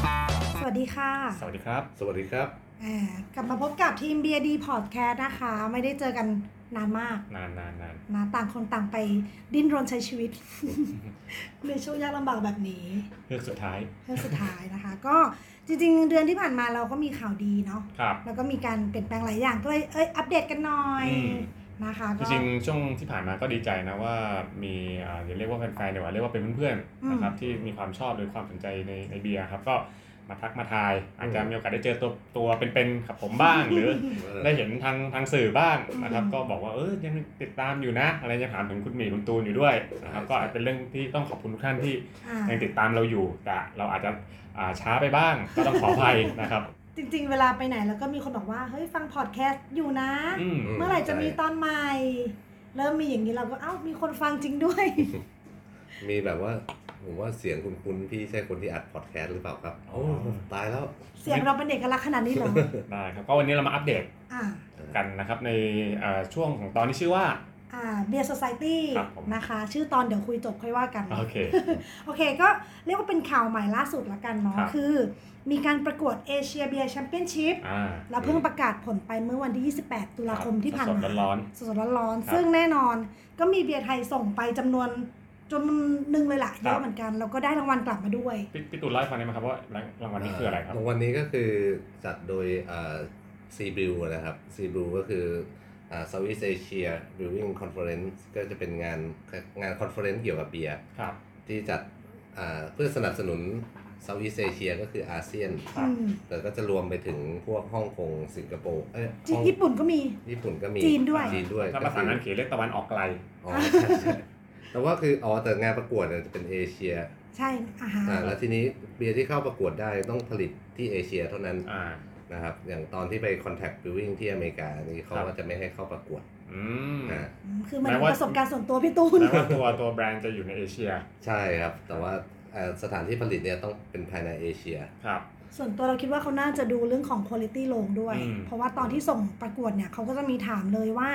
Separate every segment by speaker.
Speaker 1: ดีค่ะ
Speaker 2: สวัสดีครับ
Speaker 3: สวัสดีครับ
Speaker 1: อ่ากลับมาพบกับทีม BRD Podcast นะคะ ไม่ได้เจอกันนานมาก
Speaker 2: นานนานนาน
Speaker 1: นะต่างคนต่างไปดิ้นรนใช้ชีวิต ในช่วงยากลำบากแบบนี้
Speaker 2: เรื่องสุดท้าย
Speaker 1: เรื่องสุดท้ายนะคะ ก็จริงๆ เดือนที่ผ่านมาเราก็มีข่าวดีเนาะ
Speaker 2: ครับ
Speaker 1: แล้วก็มีการเปลี่ยนแปลงหลายอย่างก็เลยเอ้ยอัปเดตกันหน่อย
Speaker 2: อืม
Speaker 1: นะคะ
Speaker 2: จ
Speaker 1: ก็
Speaker 2: ริงๆช่วงที่ผ่านมาก็ดีใจนะว่ามีอ่าอย่าเรียกว่าแฟนๆเดี๋ยวาเรียกว่าเป็นเพื่อน
Speaker 1: อืม
Speaker 2: ๆนะครับที่มีความชอบหรือความสนใจในในเบียร์ครับก็มาทักมาทาย อาจจะมีโอกาสได้เจอตัวตัวเป็นๆกับผมบ้าง หรือได้เห็นทางทางสื่อบ้างนะครับ ก็บอกว่าเออยังติดตามอยู่นะ อะไรยังถามถึงคุณหมีคุณตูนอยู่ด้วยนะครับก็อาจเป็นเรื่องที่ต้องขอบคุณทุกท่านที่
Speaker 1: อ่า
Speaker 2: ยังติดตามเราอยู่แต่เราอาจจะอ่าช้าไปบ้างก็ต้องขออภัยนะครับ
Speaker 1: จริง ๆ เวลาไปไหนแล้วก็มีคนบอกว่าเฮ้ยฟังพอดแคสต์อยู่นะ
Speaker 2: อืม
Speaker 1: เมื่อไหร่จะมีตอนใหม่ เริ่มมีอย่างนี้เราก็เอ้ามีคนฟังจริงด้วย
Speaker 3: มีแบบว่า ผมว่าเสียงคุณคุณพี่ใช่คนที่อัดพอดแคสต์หรือเปล่าครับ
Speaker 2: อ๋อ
Speaker 3: โอ้ตายแล้ว
Speaker 1: เสียงเราเป็นเอกลักษณ์ขนาดนี้เหร อ
Speaker 2: ได้ครับก็วันนี้เรามาอัปเดต
Speaker 1: อ่า
Speaker 2: กันนะครับในเอ่อช่วงของตอนที่ชื่อว่า
Speaker 1: อ่าเบียร์ o c i ตี้
Speaker 2: ครับผม
Speaker 1: นะคะ ชื่อตอนเดี๋ยวคุยจบค่อยว่ากัน
Speaker 2: โอเค
Speaker 1: โอเคก็เรียกว่าเป็นข่าวใหม่ล่าสุดละกันเนาะ
Speaker 2: ครับ
Speaker 1: คือ มีการประกวดเอเชียเบียร์แชมเปี้ยนชิพ
Speaker 2: อ่า
Speaker 1: เราเพิ่งประกาศผลไปเมื่อวันที่ 28 ตุลาคมที่ผ่านมา
Speaker 2: สดๆร้อน
Speaker 1: สดๆร้อนๆ
Speaker 2: ครับ
Speaker 1: ซึ่งแน่นอนก็มีเบียร์ไทยส่งไปจำนวนจำนวนหนึ่งเลยล่ะเย
Speaker 2: ครั
Speaker 1: อะ
Speaker 2: บ
Speaker 1: เหมือนกันแล้วก็ได้รางวัลกลับมาด้วย
Speaker 2: พี่พี่ตูนเล่าให้ฟังได้ไหมครับว่ารางรางวัลนี้คืออะไรครับ
Speaker 3: รางวัลนี้ก็คือจัดโดยซีบิวนะครับซีบิวก็คืออ่า Southeast Asia Brewing Conference ก็จะเป็นงานงานคอนเฟอเรนซ์เกี่ยวกับเบียร์
Speaker 2: ครับ
Speaker 3: ที่จัดอ่าเพื่อสนับสนุน Southeast Asia ก็คืออาเซียน
Speaker 2: ครับ
Speaker 1: อืม
Speaker 3: แต่ก็จะรวมไปถึงพวกฮ่องกงสิงคโปร์เอ้ย
Speaker 1: จี
Speaker 3: ฮ่อง
Speaker 1: ญี่ปุ่นก็มี
Speaker 3: ญี่ปุ่นก็มี
Speaker 1: จีนด้วย
Speaker 3: จีนด้วย
Speaker 2: ถ้าภาษาอังกฤษเรียกตะวันออกไกล
Speaker 3: อ๋อ ใช่ใช่แต่ว่าคืออ๋อแต่งานประกวดเนี่ยจะเป็นเอเชีย
Speaker 1: ใช่อาหาร
Speaker 3: อ่าแล้วทีนี้เบียร์ที่เข้าประกวดได้ต้องผลิตที่เอเชียเท่านั้น
Speaker 2: อ่า
Speaker 3: นะครับอย่างตอนที่ไป Contact Brewing ที่อเมริกานี่เขา
Speaker 2: ครับ
Speaker 3: ก็จะไม่ให้เข้าประกวด
Speaker 2: อืม
Speaker 3: อ่า
Speaker 1: อืมคือมัน
Speaker 2: แม้ว่า
Speaker 1: ประสบการณ์ส่วนตัวพี่ตูน
Speaker 2: แปลว่าตัวตัวแบรนด์จะอยู่ในเอเชีย
Speaker 3: ใช่ครับ แต่ว่าเอ่อสถานที่ผลิตเนี่ยต้องเป็นภายในเอเชีย
Speaker 2: ครับ
Speaker 1: ส่วนตัวเราคิดว่าเขาน่าจะดูเรื่องของคุณ i t y ลงด้วย
Speaker 2: อืม
Speaker 1: เพราะว่าตอนที่ส่งประกวดเนี่ยเขาก็จะมีถามเลยว่า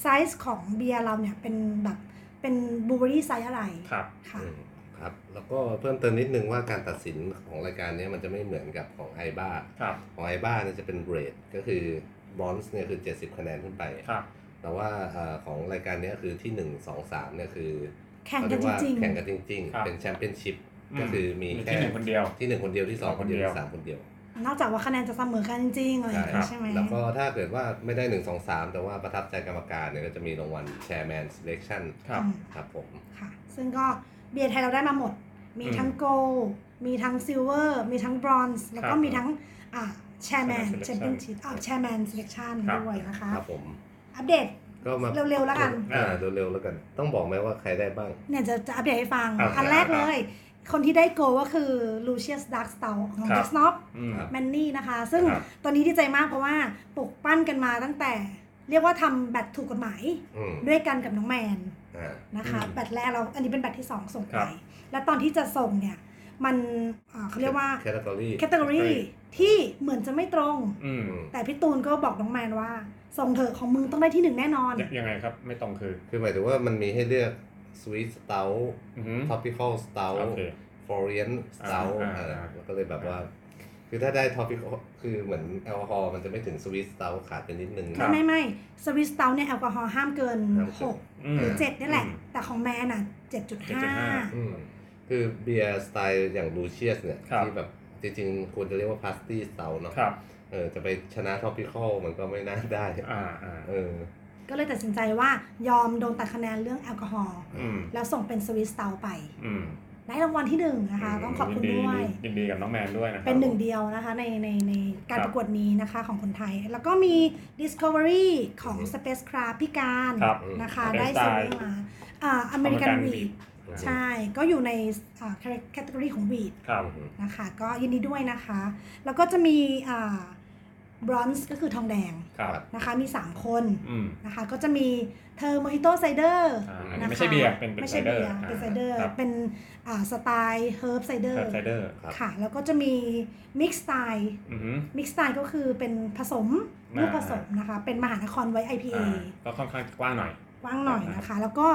Speaker 1: ไซส์ของเบียร์เราเนี่ยเป็นแบบเป็นบูเบอรี่ไซส์อะไร
Speaker 2: ครับ
Speaker 1: ค่ะ
Speaker 3: อืมครับ แล้วก็เพิ่มเติมนิดนึงว่าการตัดสินของรายการเนี้มันจะไม่เหมือนกับของไอบ้า
Speaker 2: ครับ
Speaker 3: ของไอบ้าเนี่ยจะเป็นเกรดก็คือบอนซ์เนี่ยคือ 70 คะแนนขึ้นไป
Speaker 2: ครับ
Speaker 3: แต่ว่าเอ่อของรายการเนี้คือที่ 1 2 3เนี่ยคือ
Speaker 1: แข่งกันจ
Speaker 3: เขาเยว่า
Speaker 1: ริง
Speaker 3: แข่งกันจริง
Speaker 2: ครับ
Speaker 3: ๆ เป็นแชมเปี้ยนชิพ
Speaker 2: อื
Speaker 3: ก็คือมี
Speaker 2: มี
Speaker 3: แค่
Speaker 2: ที่หนึ่งคนเดียว
Speaker 3: ที่หนึ่งคนเดียวที่สองคนเดียวที่สามคนเดียว
Speaker 1: ๆ นอกจากว่าคะแนนจะเสมอกันจริงๆอะไรอย่างเงี้ยใช่ไหม
Speaker 3: แล้วก็ถ้าเกิดว่าไม่ได้ 1 2 3 แต่ว่าประทับใจกรรมการเนี่ยก็จะมีรางวัล Chairman Selection
Speaker 2: ครับ
Speaker 1: อืม
Speaker 3: ครับผม
Speaker 1: ค่ะ ซึ่งก็เบียร์ไทยเราได้มาหมด มีทั้ง
Speaker 2: อืม
Speaker 1: โกลมีทั้งซิลเวอร์มีทั้งบรอนซ์แล้วก็
Speaker 2: ครับ
Speaker 1: มีทั้งอ่าแชร์แมน
Speaker 2: Chairman
Speaker 1: แชม
Speaker 2: Selection
Speaker 1: เปี้ยนชิพอ่าแชร์แมนเซเลคชั่น
Speaker 2: ครับ
Speaker 1: ด้วยนะคะ
Speaker 3: ครับผม
Speaker 1: อัปเดต
Speaker 3: ก็มา
Speaker 1: เร็วๆแล้วกัน
Speaker 3: อ่าเร็วๆแล้วกัน ต้องบอกไหมว่าใครได้บ้าง
Speaker 1: เนี่ยจะจะอัปเดตให้ฟัง
Speaker 2: อ่ะ
Speaker 1: อันแรก
Speaker 2: อ่ะ
Speaker 1: เลย คนที่ได้โกลก็คือลูเชียสดาร์ s สเตาของ
Speaker 2: ครับ
Speaker 1: เด็กสโนป
Speaker 2: อืม
Speaker 3: ครับ
Speaker 1: แมนนี่นะคะ ซึ่ง
Speaker 2: ครับ
Speaker 1: ตอนนี้ดีใจมากเพราะว่าปลุกปั้นกันมาตั้งแต่ เรียกว่าทำแบตถูกกฎหมาย
Speaker 3: อืม
Speaker 1: ด้วยกันกับน้องแมน
Speaker 3: อ่า
Speaker 1: นะคะ
Speaker 2: อืม
Speaker 1: แบตแรกเราอันนี้เป็นแบตที่ 2 ส่ง
Speaker 2: ค
Speaker 1: ไป
Speaker 2: รับ
Speaker 1: และตอนที่จะส่งเนี่ย มันเอ่อเขาเรียกว่า
Speaker 3: Category
Speaker 1: แคตตา o r y ที่เหมือนจะไม่ตรง
Speaker 2: อืม
Speaker 3: อืม
Speaker 1: แต่พี่ตูนก็บอกน้องแมนว่า ส่งเถอะของมึงต้องได้ที่หนึ่งแน่นอน
Speaker 2: ยังยังไงครับ ไม่ตรงคือ
Speaker 3: คือหมายถึงว่ามันมีให้เลือก Sweet Stout
Speaker 2: อือหือ
Speaker 3: Tropical
Speaker 2: โอ
Speaker 3: Stout
Speaker 2: เค
Speaker 3: Foreign Stout
Speaker 2: อ่า
Speaker 3: อ่า
Speaker 2: อ่า
Speaker 3: ก็เลยแบบว่า คือถ้าได้ Tropical คือเหมือนแอลกอฮอล์มันจะไม่ถึง Sweet Stout ขาดไปนิดนึง
Speaker 2: ครั
Speaker 1: ไม่
Speaker 2: บ
Speaker 1: ไม่ไม่สวิสเตาเนี่ยแอลกอฮอล์ห้ามเกิน
Speaker 3: ห้ามเกิน
Speaker 1: หก
Speaker 2: อืม
Speaker 1: หรือเจ็ดนี่แหละ
Speaker 2: อืม
Speaker 1: แต่ของแม่น่ะเจ็ดจุดห้า
Speaker 2: 7.5
Speaker 3: อืมคือเบียร์สไตล์อย่างลูเชียสเนี่ย
Speaker 2: ครับ
Speaker 3: ที่แบบจริงๆ ควรจะเรียกว่าพาสตี้สเตาเนาะ
Speaker 2: ครับ
Speaker 3: เออจะไปชนะท็อปปิคอลมันก็ไม่น่าได้
Speaker 2: อ่าอ่า
Speaker 3: เออ
Speaker 1: ก็เลยตัดสินใจว่ายอมโดนตัดคะแนนเรื่องแอลกอฮอล์
Speaker 2: อืม
Speaker 1: แล้วส่งเป็นสวิสเตาไป
Speaker 2: อืม
Speaker 1: ได้รางวัลที่หนึ่งนะคะ ต้องขอบคุณด้วย
Speaker 2: ยินดีกับน้องแมนด้วยนะครับ
Speaker 1: เป็นหนึ่งเดียวนะคะ ในในในการ
Speaker 2: ครั
Speaker 1: ป
Speaker 2: บ
Speaker 1: ระกวดนี้นะคะของคนไทย แล้วก็มี Discovery ของ Spacecraft พี่การ
Speaker 2: ครับ
Speaker 1: นะคะ
Speaker 2: อืม
Speaker 1: ได้ซี
Speaker 2: Space Dive
Speaker 1: รีส์มาอ่าอเมริกัน
Speaker 2: American
Speaker 1: วี
Speaker 2: Weed
Speaker 1: ใช่ ก็อยู่ในอ่าแคตตาล็อของวีด
Speaker 2: ครับ
Speaker 3: อืม
Speaker 1: นะคะก็ยินดีด้วยนะคะ แล้วก็จะมีอ่าบรอนซ์ก็คือทองแดง
Speaker 2: ครับ
Speaker 1: นะคะมี 3 คน
Speaker 2: อืม
Speaker 1: นะคะก็จะมีเทอร์โมฮิโตไซเดอร์
Speaker 2: อ่า
Speaker 1: นะคะ
Speaker 2: ไม่ใช่เบียร์เป็นเป็น
Speaker 1: ไม่ใช่
Speaker 2: ไซเดอ
Speaker 1: เบี
Speaker 2: ร์
Speaker 1: ยร์เป็นไซเดอร์
Speaker 2: อ่าครับ
Speaker 1: เป็นอ่าสไตล์เฮิร์บไซเดอร์
Speaker 2: ไซเดอร์
Speaker 3: ครับ
Speaker 1: ค่ะ แล้วก็จะมีมิกซ์สไตล์
Speaker 2: อือหือ
Speaker 1: มิกซ์สไตล์ก็คือเป็นผสม
Speaker 2: อ่า
Speaker 1: ลูกผสมนะคะ เป็นมหานครไว้ IPA
Speaker 2: อ่าก็ค่อนข้างกว้างหน่อย
Speaker 1: ว่างหน่อยนะคะ แล้วก็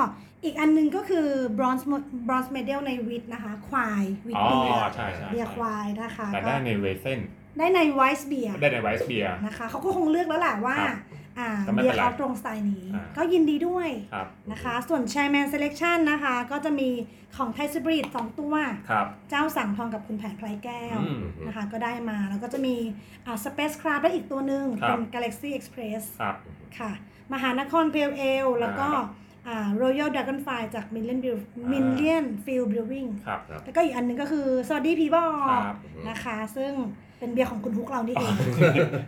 Speaker 1: อีกอันหนึงก็คือ bronze mo- bronze medal ในวิทนะคะ ควายวิท
Speaker 2: อ๋อ
Speaker 1: เบียร์
Speaker 2: ใช่ใช่
Speaker 1: เบียร์ควายนะคะ
Speaker 2: แต่
Speaker 1: ก็
Speaker 2: ได้ในเวเซน
Speaker 1: ได้ใน Wise Beer
Speaker 2: ได้ในไวส์เบียร์
Speaker 1: นะคะเขาก็คงเลือกแล้วแหละว่า
Speaker 2: ครับ
Speaker 1: อ่า
Speaker 2: ก็ไม่
Speaker 1: เบีย
Speaker 2: เป็น
Speaker 1: ร์
Speaker 2: ไร
Speaker 1: เขาตรงสไตล์นี้
Speaker 2: อ่า
Speaker 1: ก็ยินดีด้วย
Speaker 2: ครับ
Speaker 1: นะคะ ส่วน Chairman Selection นะคะ ก็จะมีของไทยสบริตสองตัว
Speaker 2: ครับ
Speaker 1: เจ้าสั่งทองกับคุณแผนพลายแก้ว
Speaker 2: อืม
Speaker 1: นะคะก็ได้มา แล้วก็จะมีอ่า Space Craft และอีกตัวหนึ่ง
Speaker 2: ครับ
Speaker 1: เป็น Galaxy Express
Speaker 2: ครับ
Speaker 1: ค่ะ มหานครเพลเอลแล้วก็อ่า Royal Dragonfly จาก Million Brew
Speaker 2: อ่า
Speaker 1: Million Field Brewing
Speaker 2: ครับ
Speaker 1: แล้วก็อีกอันหนึงก็คือสวัสดีพีบอ
Speaker 2: ครับ
Speaker 1: นะคะ ซึ่งเป็นเบียร์ของคุณฮุกเรานี่เอง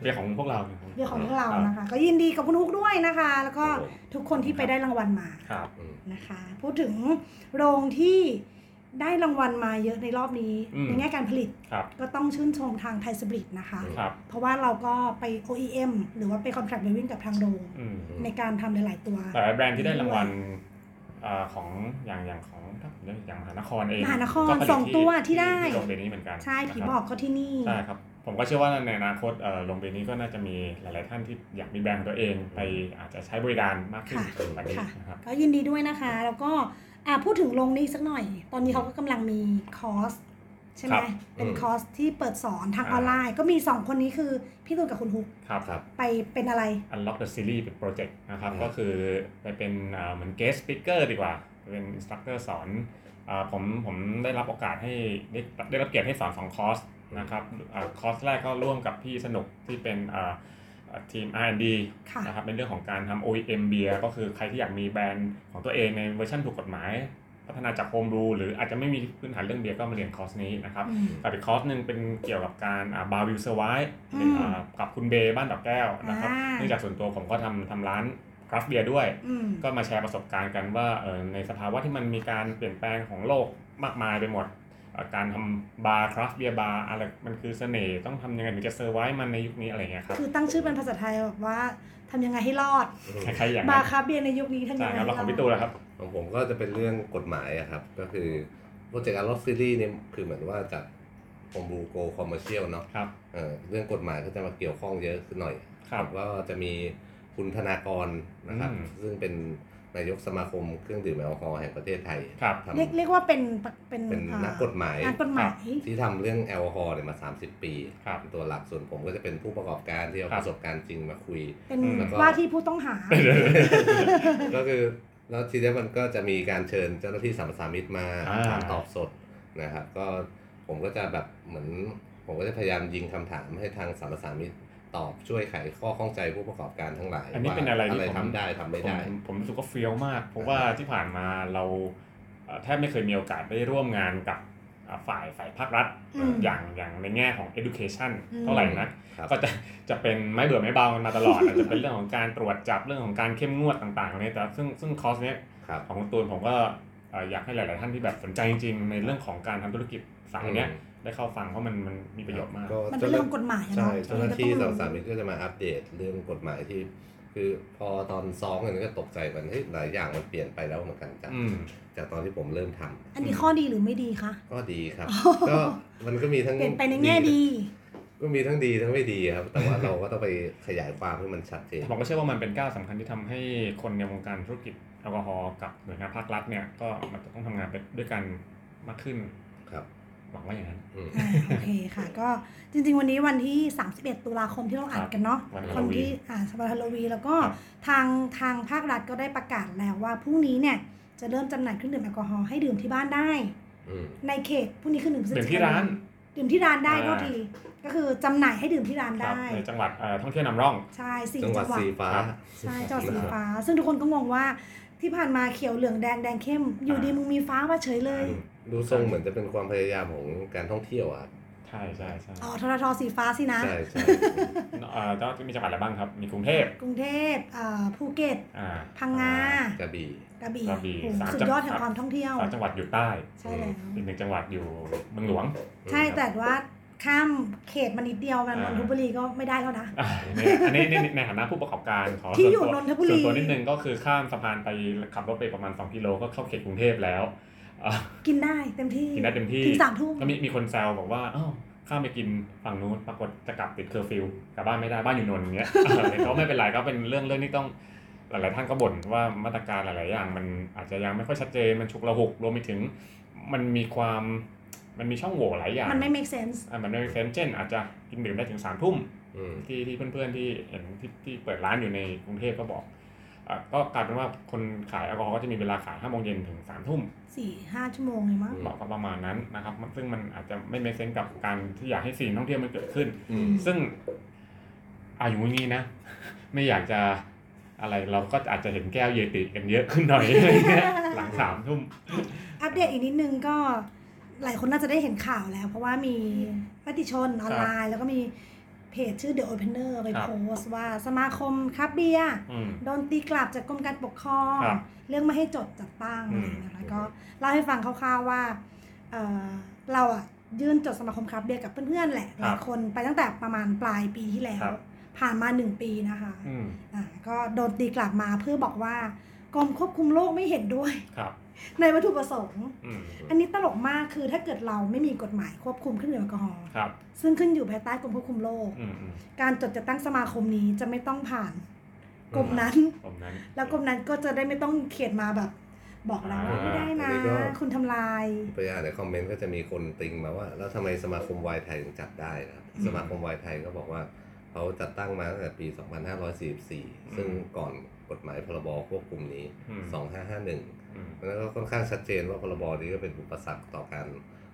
Speaker 2: เบียร์ของพวกเรานี่
Speaker 1: เรื่องของพวกเรานะคะ ก็ยินดีกับคุณฮุกด้วยนะคะ แล้วก็ทุกคนที่ไปได้รางวัลมา
Speaker 2: ครับ
Speaker 3: อืม
Speaker 1: นะคะ พูดถึงโรงที่ได้รางวัลมาเยอะในรอบนี้
Speaker 2: อืม
Speaker 1: ในแง่การผลิต
Speaker 2: ครับ
Speaker 1: ก็ต้องชื่นชมทางไทยสบริตนะคะ
Speaker 3: อืม
Speaker 2: ครับ
Speaker 1: เพราะว่าเราก็ไป OEM หรือว่าไปคอนแทคเบรวิ่งกับทางโรง
Speaker 2: อืม
Speaker 1: ในการทำหลายๆตัว
Speaker 2: แต่แบรนด์ที่ได้รางวัลเอ่อของอย่างอย่างของถ้าผมจำไม่ผิดอย่างมหานครเอง
Speaker 1: มหานคร
Speaker 2: ก็ผลิต
Speaker 1: สองตัวที่ได้
Speaker 2: โรงเบียร์นี้เหมือนกัน
Speaker 1: ใช่ ผี
Speaker 2: นะครับ
Speaker 1: อกก็ที่นี่
Speaker 2: ใช่ครับ ผมก็เชื่อว่าในอนาคตเอ่อโรงเบียร์นี้ก็น่าจะมีหลาย ๆ ท่านที่อยากมีแบรนด์ของตัวเองไปอาจจะใช้บริการมากขึ้น
Speaker 1: ค่ะ
Speaker 2: แบบนี้นะครับ
Speaker 1: ก็ยินดีด้วยนะคะ แล้วก็อ่ะพูดถึงโรงนี้สักหน่อย ตอนนี้เขาก็กำลังมีคอร์สใช่ไหม
Speaker 2: ครับ
Speaker 1: เป็น
Speaker 3: อืม
Speaker 1: คอร์สที่เปิดสอนทาง
Speaker 2: อ่า
Speaker 1: ออนไลน์ ก็มี 2 คนนี้คือพี่ตูนกับคุณฮุก
Speaker 2: ครับ
Speaker 3: ครับ
Speaker 1: ไปเป็นอะไร
Speaker 2: Unlock the Series เป็นโปรเจกต์นะครับ
Speaker 3: อืม
Speaker 2: ก็คือไปเป็นเอ่อเหมือน guest speaker ดีกว่า เป็น instructor สอนเออผมผมได้รับโอกาสให้ได้ได้รับเกียรติให้สอนสองคอร์สนะครับเอ่อคอร์สแรกก็ร่วมกับพี่สนุกที่เป็นเอ่อเอ่อทีม R&D
Speaker 1: ค่ะ
Speaker 2: นะครับเป็นเรื่องของการทำ OEM เบียร์ก็คือใครที่อยากมีแบรนด์ของตัวเองในเวอร์ชันถูกกฎหมาย พัฒนาจากโฮมรูหรืออาจจะไม่มีพื้นฐานเรื่องเบียร์ก็มาเรียนคอร์สนี้นะครับ
Speaker 1: อืม
Speaker 2: กับอีกคอร์สหนึ่งเป็นเกี่ยวกับการบาร์วิวเซอร์ไวท์
Speaker 1: อืม
Speaker 2: กับคุณเบย์บ้านดอกแก้วนะครับ
Speaker 1: อ่า
Speaker 2: เนื่องจากส่วนตัวผมก็ทำทำร้านคราฟเบียร์ด้วย
Speaker 1: อืม
Speaker 2: ก็มาแชร์ประสบการณ์กันว่าเอ่อในสภาวะที่มันมีการเปลี่ยนแปลงของโลกมากมายไปหมดเอ่อการทำบาร์คราฟเบียร์บาร์อะไรมันคือเสน่ห์ต้องทำยังไงถึงจะเซอร์ไวท์มันในยุคนี้อะไรเงี้ยครับ
Speaker 1: คือตั้งชื่อเป็นภาษาไทยแบบว่าทำยังไงให้รอด
Speaker 2: คล้ายๆอย่าง
Speaker 1: บา
Speaker 2: นั้น
Speaker 1: คาเบียร์ในยุคนี้ทำยั
Speaker 2: ใช่
Speaker 1: งไง
Speaker 2: ครับ
Speaker 1: ให้
Speaker 2: แล้ว
Speaker 1: ร
Speaker 2: ข
Speaker 1: อ
Speaker 2: อง
Speaker 1: ด
Speaker 2: พี่ตูนล่ะครับ
Speaker 3: ของผมก็จะเป็นเรื่องกฎหมายอะครับ ก็คือโปรเจกต์อารซีรีส์เนี่ยคือเหมือนว่าจากผมบูโกคอมเมอร์เชียลเนาะ
Speaker 2: ครับ
Speaker 3: เออเรื่องกฎหมายก็จะมาเกี่ยวข้องเยอะขึ้นหน่อย
Speaker 2: ครับ
Speaker 3: ก็จะมีคุณธนากรนะครับ
Speaker 2: อืม
Speaker 3: ซึ่งเป็นนายกสมาคมเครื่องดื่มแอลกอฮอล์แห่งประเทศไทย
Speaker 2: ครับ
Speaker 3: ทำ
Speaker 1: เรียกเรียกว่าเป็นเป็น
Speaker 3: เป็น
Speaker 1: อ่า
Speaker 3: นักกฎหมาย
Speaker 1: นักกฎหมาย
Speaker 3: ที่ทำเรื่องแอลกอฮอล์เนี่ยมา 30 ปี
Speaker 2: ครับ
Speaker 3: เป็นตัวหลักส่วนผมก็จะเป็นผู้ประกอบการที่เอา
Speaker 2: ครั
Speaker 3: ป
Speaker 2: บ
Speaker 3: ระสบการณ์จริงมาคุย
Speaker 1: เป็น
Speaker 2: อืม
Speaker 1: ว่าที่ผู้ต้องหา
Speaker 3: ก็คือแล้วทีเนี้ยมันก็จะมีการเชิญเจ้าหน้าที่สัมปทานมิตรมา
Speaker 2: อ่า
Speaker 3: ถามตอบสดนะครับ ก็ผมก็จะแบบเหมือน ผมก็จะพยายามยิงคำถามให้ทางสัมปทานมิตรตอบช่วยไขข้อข้องใจผู้ประกอบการทั้งหลาย
Speaker 2: อันนี้
Speaker 3: ว่า
Speaker 2: เป็นอะไร
Speaker 3: อะ
Speaker 2: ที่
Speaker 3: ไร
Speaker 2: ผม
Speaker 3: ทำได้ทำไม่ได้
Speaker 2: ผมผมรู้สึกว่าเฟี้ยวมาก เพราะว่าที่ผ่านมาเราเอ่อแทบไม่เคยมีโอกาสได้ร่วมงานกับอ่าฝ่ายฝ่ายภาครัฐ
Speaker 1: อืม
Speaker 2: อย่างอย่างในแง่ของ education
Speaker 1: อืม
Speaker 2: เท่าไหร่นัก
Speaker 3: ครับ
Speaker 2: ก็จะจะเป็นไม่เบื่อไม่เบากันมาตลอด อาจจะเป็นเรื่องของการตรวจจับเรื่องของการเข้มงวดต่างๆเนี่ยแต่ซึ่งซึ่งคอร์สเนี้ย
Speaker 3: ครับ
Speaker 2: ของคุณตูนผมก็เอ่ออยากให้หลายๆท่านที่แบบสนใจจริงๆในเรื่องของการทำธุรกิจสายเนี้ยได้เข้าฟังเพราะมันมันมีประโยชน์มาก
Speaker 1: มันเป็นเรื่องกฎหมายอะ
Speaker 3: ใช่
Speaker 1: เนาะ
Speaker 3: เจ้าหน้าที่
Speaker 1: มั
Speaker 3: สาน ม
Speaker 1: ก็
Speaker 3: สา
Speaker 1: ต้อ
Speaker 3: ม
Speaker 1: ง
Speaker 3: มิตรก็จะมาอัปเดตเรื่องกฎหมายที่ คือพอตอนซ้อมกันก็ตกใจมันเฮ้ยหลายอย่างมันเปลี่ยนไปแล้วเหมือนกันจาก
Speaker 2: อืม
Speaker 3: จากตอนที่ผมเริ่มทำ
Speaker 1: อันนี้ข้อดีหรือไม่ดีคะ
Speaker 3: ก็ดีครับ ก็มันก็มีทั้ง
Speaker 1: เปลี่ยนไปในแง่ดี
Speaker 3: ก็มีทั้งดีทั้งไม่ดีครับ แต่ว่าเราก็ต้องไปขยายความให้มันชัดเจน
Speaker 2: ผมก็เชื่อว่ามันเป็นก้าวสำคัญที่ทำให้คนในวงการธุรกิจแอลกอฮอล์กับหน่วยงานภาครัฐเนี่ยก็มันจะต้องทำงานไปด้วยกันมากขึ้น
Speaker 3: ครับ
Speaker 2: หวังว่าอย่างนั้น
Speaker 3: อืม
Speaker 1: อ่าโอเคค่ะ ก็จริงๆ วันนี้วันที่ 31 ตุลาคมที่เราอ่านกันเนาะ
Speaker 2: วันฮา
Speaker 1: ค
Speaker 2: โล
Speaker 1: น
Speaker 2: วีน
Speaker 1: ที่อ่านสปาฮาโลวีนแล้วก็
Speaker 2: ครับ
Speaker 1: ทางทางภาครัฐก็ได้ประกาศแล้วว่าพรุ่งนี้เนี่ย จะเริ่มจำหน่ายเครื่องดื่มแอลกอฮอล์ให้ดื่มที่บ้านได้
Speaker 3: อืม
Speaker 1: ในเขตพรุ่งนี้คือหนึ่งพฤศจิ
Speaker 2: ดื่
Speaker 1: ก
Speaker 2: มที่ร้าน
Speaker 1: ดื่มที่ร้านได้
Speaker 2: อ่า
Speaker 1: โทษทีก็คือจำหน่ายให้ดื่มที่ร้าน
Speaker 2: ครับ
Speaker 1: ได้
Speaker 2: ในจังหวัดเอ่อท่องเที่ยวนำร่อง
Speaker 1: ใช่สี่
Speaker 3: จังหวั
Speaker 1: จั
Speaker 3: ด
Speaker 1: งหวัด
Speaker 3: สีฟ้า
Speaker 2: ครับ
Speaker 1: ใช่จังหวัดสีฟ้า ซึ่งทุกคนก็งงว่าที่ผ่านมาเขียวเหลืองแดงแดงเข้ม อยู่ดีมึงมีฟ้ามาเฉยเลย
Speaker 3: ดูทรงเหมือนจะเป็นความพยายามของการท่องเที่ยวอ่ะครับ
Speaker 2: ใช่ใช่ใช่
Speaker 1: อ๋อทรทสีฟ้าสินะ
Speaker 3: ใช่ใช่
Speaker 2: เอ่อก็มีจังหวัดอะไรบ้างครับ มีกรุงเทพ
Speaker 1: กรุงเทพอ่าภูเก็ต
Speaker 2: อ่า
Speaker 1: พังงา
Speaker 3: กระบี่
Speaker 1: กระบี่
Speaker 2: กระบี่
Speaker 1: โอ้โห
Speaker 2: สาม
Speaker 1: สุด
Speaker 2: จัง
Speaker 1: ย
Speaker 2: หวั
Speaker 1: อ
Speaker 2: ด
Speaker 1: ดแห่งความท่องเที่ยว
Speaker 2: สามจังหวัดอยู่ใต้
Speaker 1: ใช่แล้ว
Speaker 2: อีกหนึ่งจังหวัดอยู่เมืองหลวง
Speaker 1: ใช่แต่ว่าข้ามเขตมานิดเดียวมันน
Speaker 2: อ่า
Speaker 1: นทบุรีก็ไม่ได้แล้วนะ
Speaker 2: อ่าเนี่ยอันนี้ในในในฐานะผู้ประกอบการขอ
Speaker 1: ที่อยู่
Speaker 2: ส่ว
Speaker 1: น
Speaker 2: นตัวน
Speaker 1: ทบุรี
Speaker 2: ส่วนตัวนิดนึงก็คือข้ามสะพานไปขับรถไปประมาณ 2 กิโลก็เข้าเขตกรุงเทพแล้วอ่ะ
Speaker 1: กินได้เต็มที่
Speaker 2: กินได้เต็มที่
Speaker 1: ถึงสามทุ่ม
Speaker 2: ก็มีมีคนแซวบอกว่าอ้าวข้ามไปกินฝั่งนู้นปร ากฏจะกลับติดเคอร์ฟิวกลับบ้านไม่ได้บ้านอยู่นนท์อย่างเงี้ย เออเขาไม่เป็นไรก็เป็นเรื่องเรื่องที่ต้อง หลาย ๆ ท่านก็บ่นว่ามาตรการหลาย ๆ อย่าง มันอาจจะยังไม่ค่อยชัดเจนมันฉุกระหุกรวมไปถึง มันมีความมันมีช่องโหว่หลายอย่าง
Speaker 1: มันไม่ make sense
Speaker 2: อ่ะมันไม่เซนเช่นอาจจะกินดื่มได้ถึงสามทุ่ม
Speaker 3: อืม
Speaker 2: ที่ที่เพื่อนๆที่เห็นที่ที่เปิดร้านอยู่ในกรุงเทพก็บอกอ่ะก็กลายเป็นว่าคนขายแอลกอฮอล์ก็จะมีเวลาขายห้าโมงเย็นถึงสามทุ่ม
Speaker 1: สี่ห้าชั่วโมงเลยมั้ง
Speaker 3: อื
Speaker 2: บอกประมาณนั้นนะครับ ซึ่งมันอาจจะไม่เมคเซนกับการที่อยากให้สิ่งท่องเที่ยวมันเกิดขึ้น
Speaker 3: อืม
Speaker 2: ซึ่งอายุนี้นะ ไม่อยากจะอะไรเราก็อาจจะเห็นแก้วเยติกันเยอะขึ้นหน่อย อะไรเงี้ยหลังสามทุ่ม
Speaker 1: อัปเดตอีกนิดนึงก็หลายคนน่าจะได้เห็นข่าวแล้ว เพราะว่ามีมติชนออนไลน์ แล้วก็มีเพจชื่อ The Opener ไป
Speaker 2: ครับ
Speaker 1: โพสต์ว่าสมาคมครับเบียร์
Speaker 2: อืม
Speaker 1: โดนตีกลับจากกรมการปกครอง
Speaker 2: ครับ
Speaker 1: เรื่องไม่ให้จดจัดตั้ง
Speaker 2: อื
Speaker 1: อะไรนะ
Speaker 2: ม
Speaker 1: คะก็เล่าให้ฟังคร่าวๆว่าเอ่อเราอ่ะยื่นจดสมาคมครับเบียร์กับเพื่อนๆแหละหลายคนไปตั้งแต่ประมาณปลายปีที่แล้ว ผ่านมาหนึ่งปีนะคะ
Speaker 2: อืม
Speaker 1: อ่าก็โดนตีกลับมาเพื่อบอกว่ากรมควบคุมโรคไม่เห็นด้วย
Speaker 2: ครับ
Speaker 1: ในวัตถุประสงค์
Speaker 2: อืม
Speaker 1: อันนี้ตลกมากคือถ้าเกิดเราไม่มีกฎหมายควบคุมเครื่องดื่มแอลกอฮอล์
Speaker 2: ครับ
Speaker 1: ซึ่งขึ้นอยู่ภายใต้กรมควบคุมโรค
Speaker 2: อืมอืม
Speaker 1: การจดจัดตั้งสมาคมนี้จะไม่ต้องผ่านกรมนั้น
Speaker 2: ผมนั้น
Speaker 1: แล้วกรมนั้นก็จะได้ไม่ต้องเขียนมาแบบ บอกเราว่า
Speaker 2: อ่า
Speaker 1: ไม่ได้นะ
Speaker 3: อันนี้ก็
Speaker 1: คุณทำลาย
Speaker 3: ไปอ่านในคอมเมนต์ก็จะมีคนติงมาว่า แล้วทำไมสมาคมไวน์ไทยถึงจับได้นะครับ
Speaker 2: อืม
Speaker 3: สมาคมไวน์ไทยก็บอกว่าเขาจัดตั้งมาตั้งแต่ปี 2544 ซึ่งก่อนกฎหมายพรบควบคุมนี้
Speaker 2: อืม
Speaker 3: 2551
Speaker 2: อืม
Speaker 3: แล้วก็ค่อนข้างชัดเจนว่าพรบนี้ก็เป็นอุปสรรคต่อการ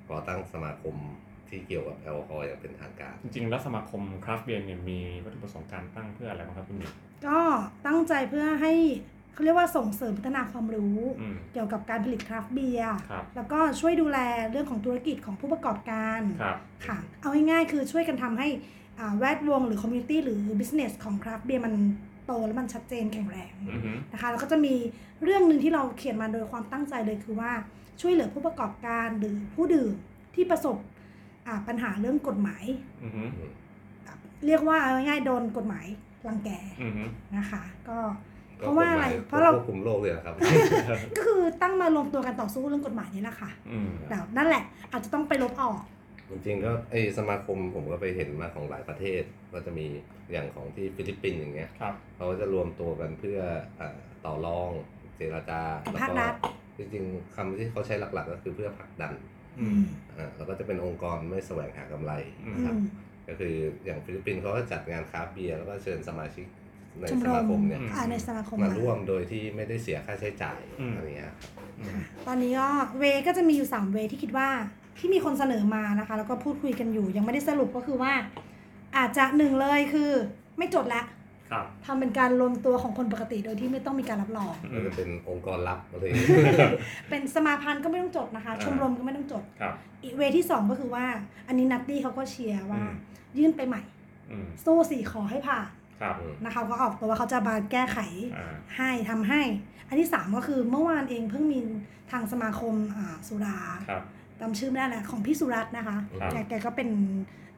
Speaker 3: ก่อตั้งสมาคมที่เกี่ยวกับแอลกอฮอล์อย่างเป็นทางการ
Speaker 2: จริงๆแล้วสมาคมคราฟต์เบียร์เนี่ยมีวัตถุประสงค์การตั้งเพื่ออะไรบ้างครับคุณหมิง
Speaker 1: ก็ตั้งใจเพื่อให้เขาเรียกว่าส่งเสริมพัฒนาความรู้
Speaker 2: อืม
Speaker 1: เกี่ยวกับการผลิตคราฟต์เบียร์
Speaker 2: ครับ
Speaker 1: แล้วก็ช่วยดูแลเรื่องของธุรกิจของผู้ประกอบการ
Speaker 2: ครับ
Speaker 1: ค่ะ เอาง่ายๆ คือช่วยกันทำให้อ่าแวดวงหรือคอมมูนิตี้หรือบิสเนสของคราฟเบียมันโตและมันชัดเจนแข็งแรง
Speaker 2: อือหือ
Speaker 1: นะคะ แล้วก็จะมีเรื่องหนึ่งที่เราเขียนมาโดยความตั้งใจเลยคือว่าช่วยเหลือผู้ประกอบการหรือผู้ดื่มที่ประสบอ่าปัญหาเรื่องกฎหมาย
Speaker 2: อือหือ
Speaker 1: เรียกว่าเอาง่ายๆ โดนกฎหมายรังแก
Speaker 2: อือหือ
Speaker 1: นะคะ ก็
Speaker 3: ก็
Speaker 1: เพราะว่าอะไร
Speaker 3: กฎหมย
Speaker 1: เพราะเรา
Speaker 3: ควบคุมโรคเลย นะครับ
Speaker 1: ก็คือตั้งมารวมตัวกันต่อสู้เรื่องกฎหมายนี่แหละค่ะ
Speaker 2: อืม
Speaker 1: แต่นั่นแหละอาจจะต้องไปลบออก
Speaker 3: จริงๆก็ไอสมาคมผมก็ไปเห็นมาของหลายประเทศ ก็จะมีอย่างของที่ฟิลิปปินส์อย่างเงี้ย
Speaker 2: ครับ
Speaker 3: เขาจะรวมตัวกันเพื่อเอ่อต่อรองเจรจา
Speaker 1: กับ
Speaker 3: แล้ว
Speaker 1: ภาค
Speaker 3: ก็
Speaker 1: รัฐ
Speaker 3: จริงๆคำที่เขาใช้หลักๆ ก็คือเพื่อผลักดัน
Speaker 2: อืม
Speaker 3: อ่าแล้วก็จะเป็นองค์กรไม่แสวงหากำไร
Speaker 2: อืม
Speaker 3: นะครั
Speaker 1: อื
Speaker 3: บ
Speaker 1: ม
Speaker 3: ก็คืออย่างฟิลิปปินส์เขาก็จัดงานคราฟต์เบียร์แล้วก็เชิญสมาชิกใน
Speaker 1: ชมรม
Speaker 3: สมาคมเนี่ย
Speaker 2: อื
Speaker 1: อ่าในสมาคม
Speaker 3: มา
Speaker 1: อะ
Speaker 3: ร่วมโดยที่ไม่ได้เสียค่าใช้จ่าย
Speaker 2: อืม
Speaker 3: อะไรเงี้ย
Speaker 2: อืม
Speaker 1: ตอนนี้ก็เวก็จะมีอยู่ 3 เวที่คิดว่าที่มีคนเสนอมานะคะ แล้วก็พูดคุยกันอยู่ ยังไม่ได้สรุปก็คือว่า อาจจะหนึ่งเลยคือไม่จดละ
Speaker 2: ครับ
Speaker 1: ทำเป็นการรวมตัวของคนปกติโดยที่ไม่ต้องมีการรับรอง
Speaker 2: อื
Speaker 3: มัน
Speaker 2: ม
Speaker 3: จะเป็นองค์กรลับอะไร
Speaker 1: เป็นสมาพันธ์ก็ไม่ต้องจดนะคะ
Speaker 2: อ่า
Speaker 1: ชมรมก็ไม่ต้องจด
Speaker 2: ครับ
Speaker 1: อีกเวที่ 2 ก็คือว่า อันนี้นัตตี้เขาก็เชียร์ว่า
Speaker 2: อืม
Speaker 1: ยื่นไปใหม่
Speaker 2: อืม
Speaker 1: สู้สี่ขอให้ผ่าน
Speaker 2: ครับ
Speaker 3: อืม
Speaker 1: นะคะเขาก็ออกตัวว่าเขาจะมาแก้ไข
Speaker 2: อ่า
Speaker 1: ให้ทำให้ อันที่ 3 ก็คือเมื่อวานเองเพิ่งมีทางสมาคมอ่าสุรา
Speaker 2: ครับ
Speaker 1: จำชื่อไม่ได้แหละของพี่สุรัตน์นะคะ
Speaker 2: ครับ
Speaker 1: แกแกก็เป็น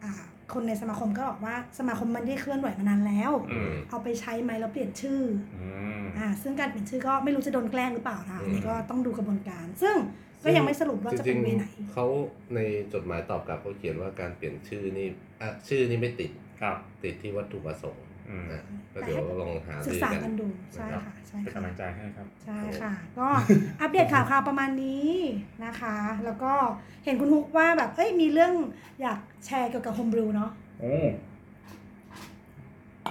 Speaker 1: อ่าคนในสมาคมก็บอกว่าสมาคมมันได้เคลื่อนไหวมานานแล้ว
Speaker 2: อืม
Speaker 1: เอาไปใช้ไหมแล้วเปลี่ยนชื่อ
Speaker 2: อืม
Speaker 1: อ่าซึ่งการเปลี่ยนชื่อก็ไม่รู้จะโดนแกล้งหรือเปล่านะอันนี้ก็
Speaker 2: อืม
Speaker 1: ต้องดูกระบวนการ ซึ่งก็ยังไม่สรุปว่าจะเป็นเวไหน
Speaker 3: จริงๆเขาในจดหมายตอบกลับเขาเขียนว่าการเปลี่ยนชื่อนี่อ่ะชื่อนี่ไม่ติด
Speaker 2: ครับ
Speaker 3: ติดที่วัตถุประสงค์
Speaker 2: อืม
Speaker 3: อ่ะก็เดี๋ยวลองหา
Speaker 1: ศึก
Speaker 3: รือ
Speaker 1: ษา
Speaker 3: กัน
Speaker 1: กันดูใช่ค่ะใช่
Speaker 2: เป็น
Speaker 1: ค่ะ
Speaker 2: กำลังใจให้ครับ
Speaker 1: ใช่ค่ะ ก็อัปเดตข่าวคราวประมาณนี้นะคะ แล้วก็เห็นคุณฮุกว่าแบบเอ้ยมีเรื่องอยากแชร์เกี่ยวกับโฮมบรูเนาะ
Speaker 2: โอ้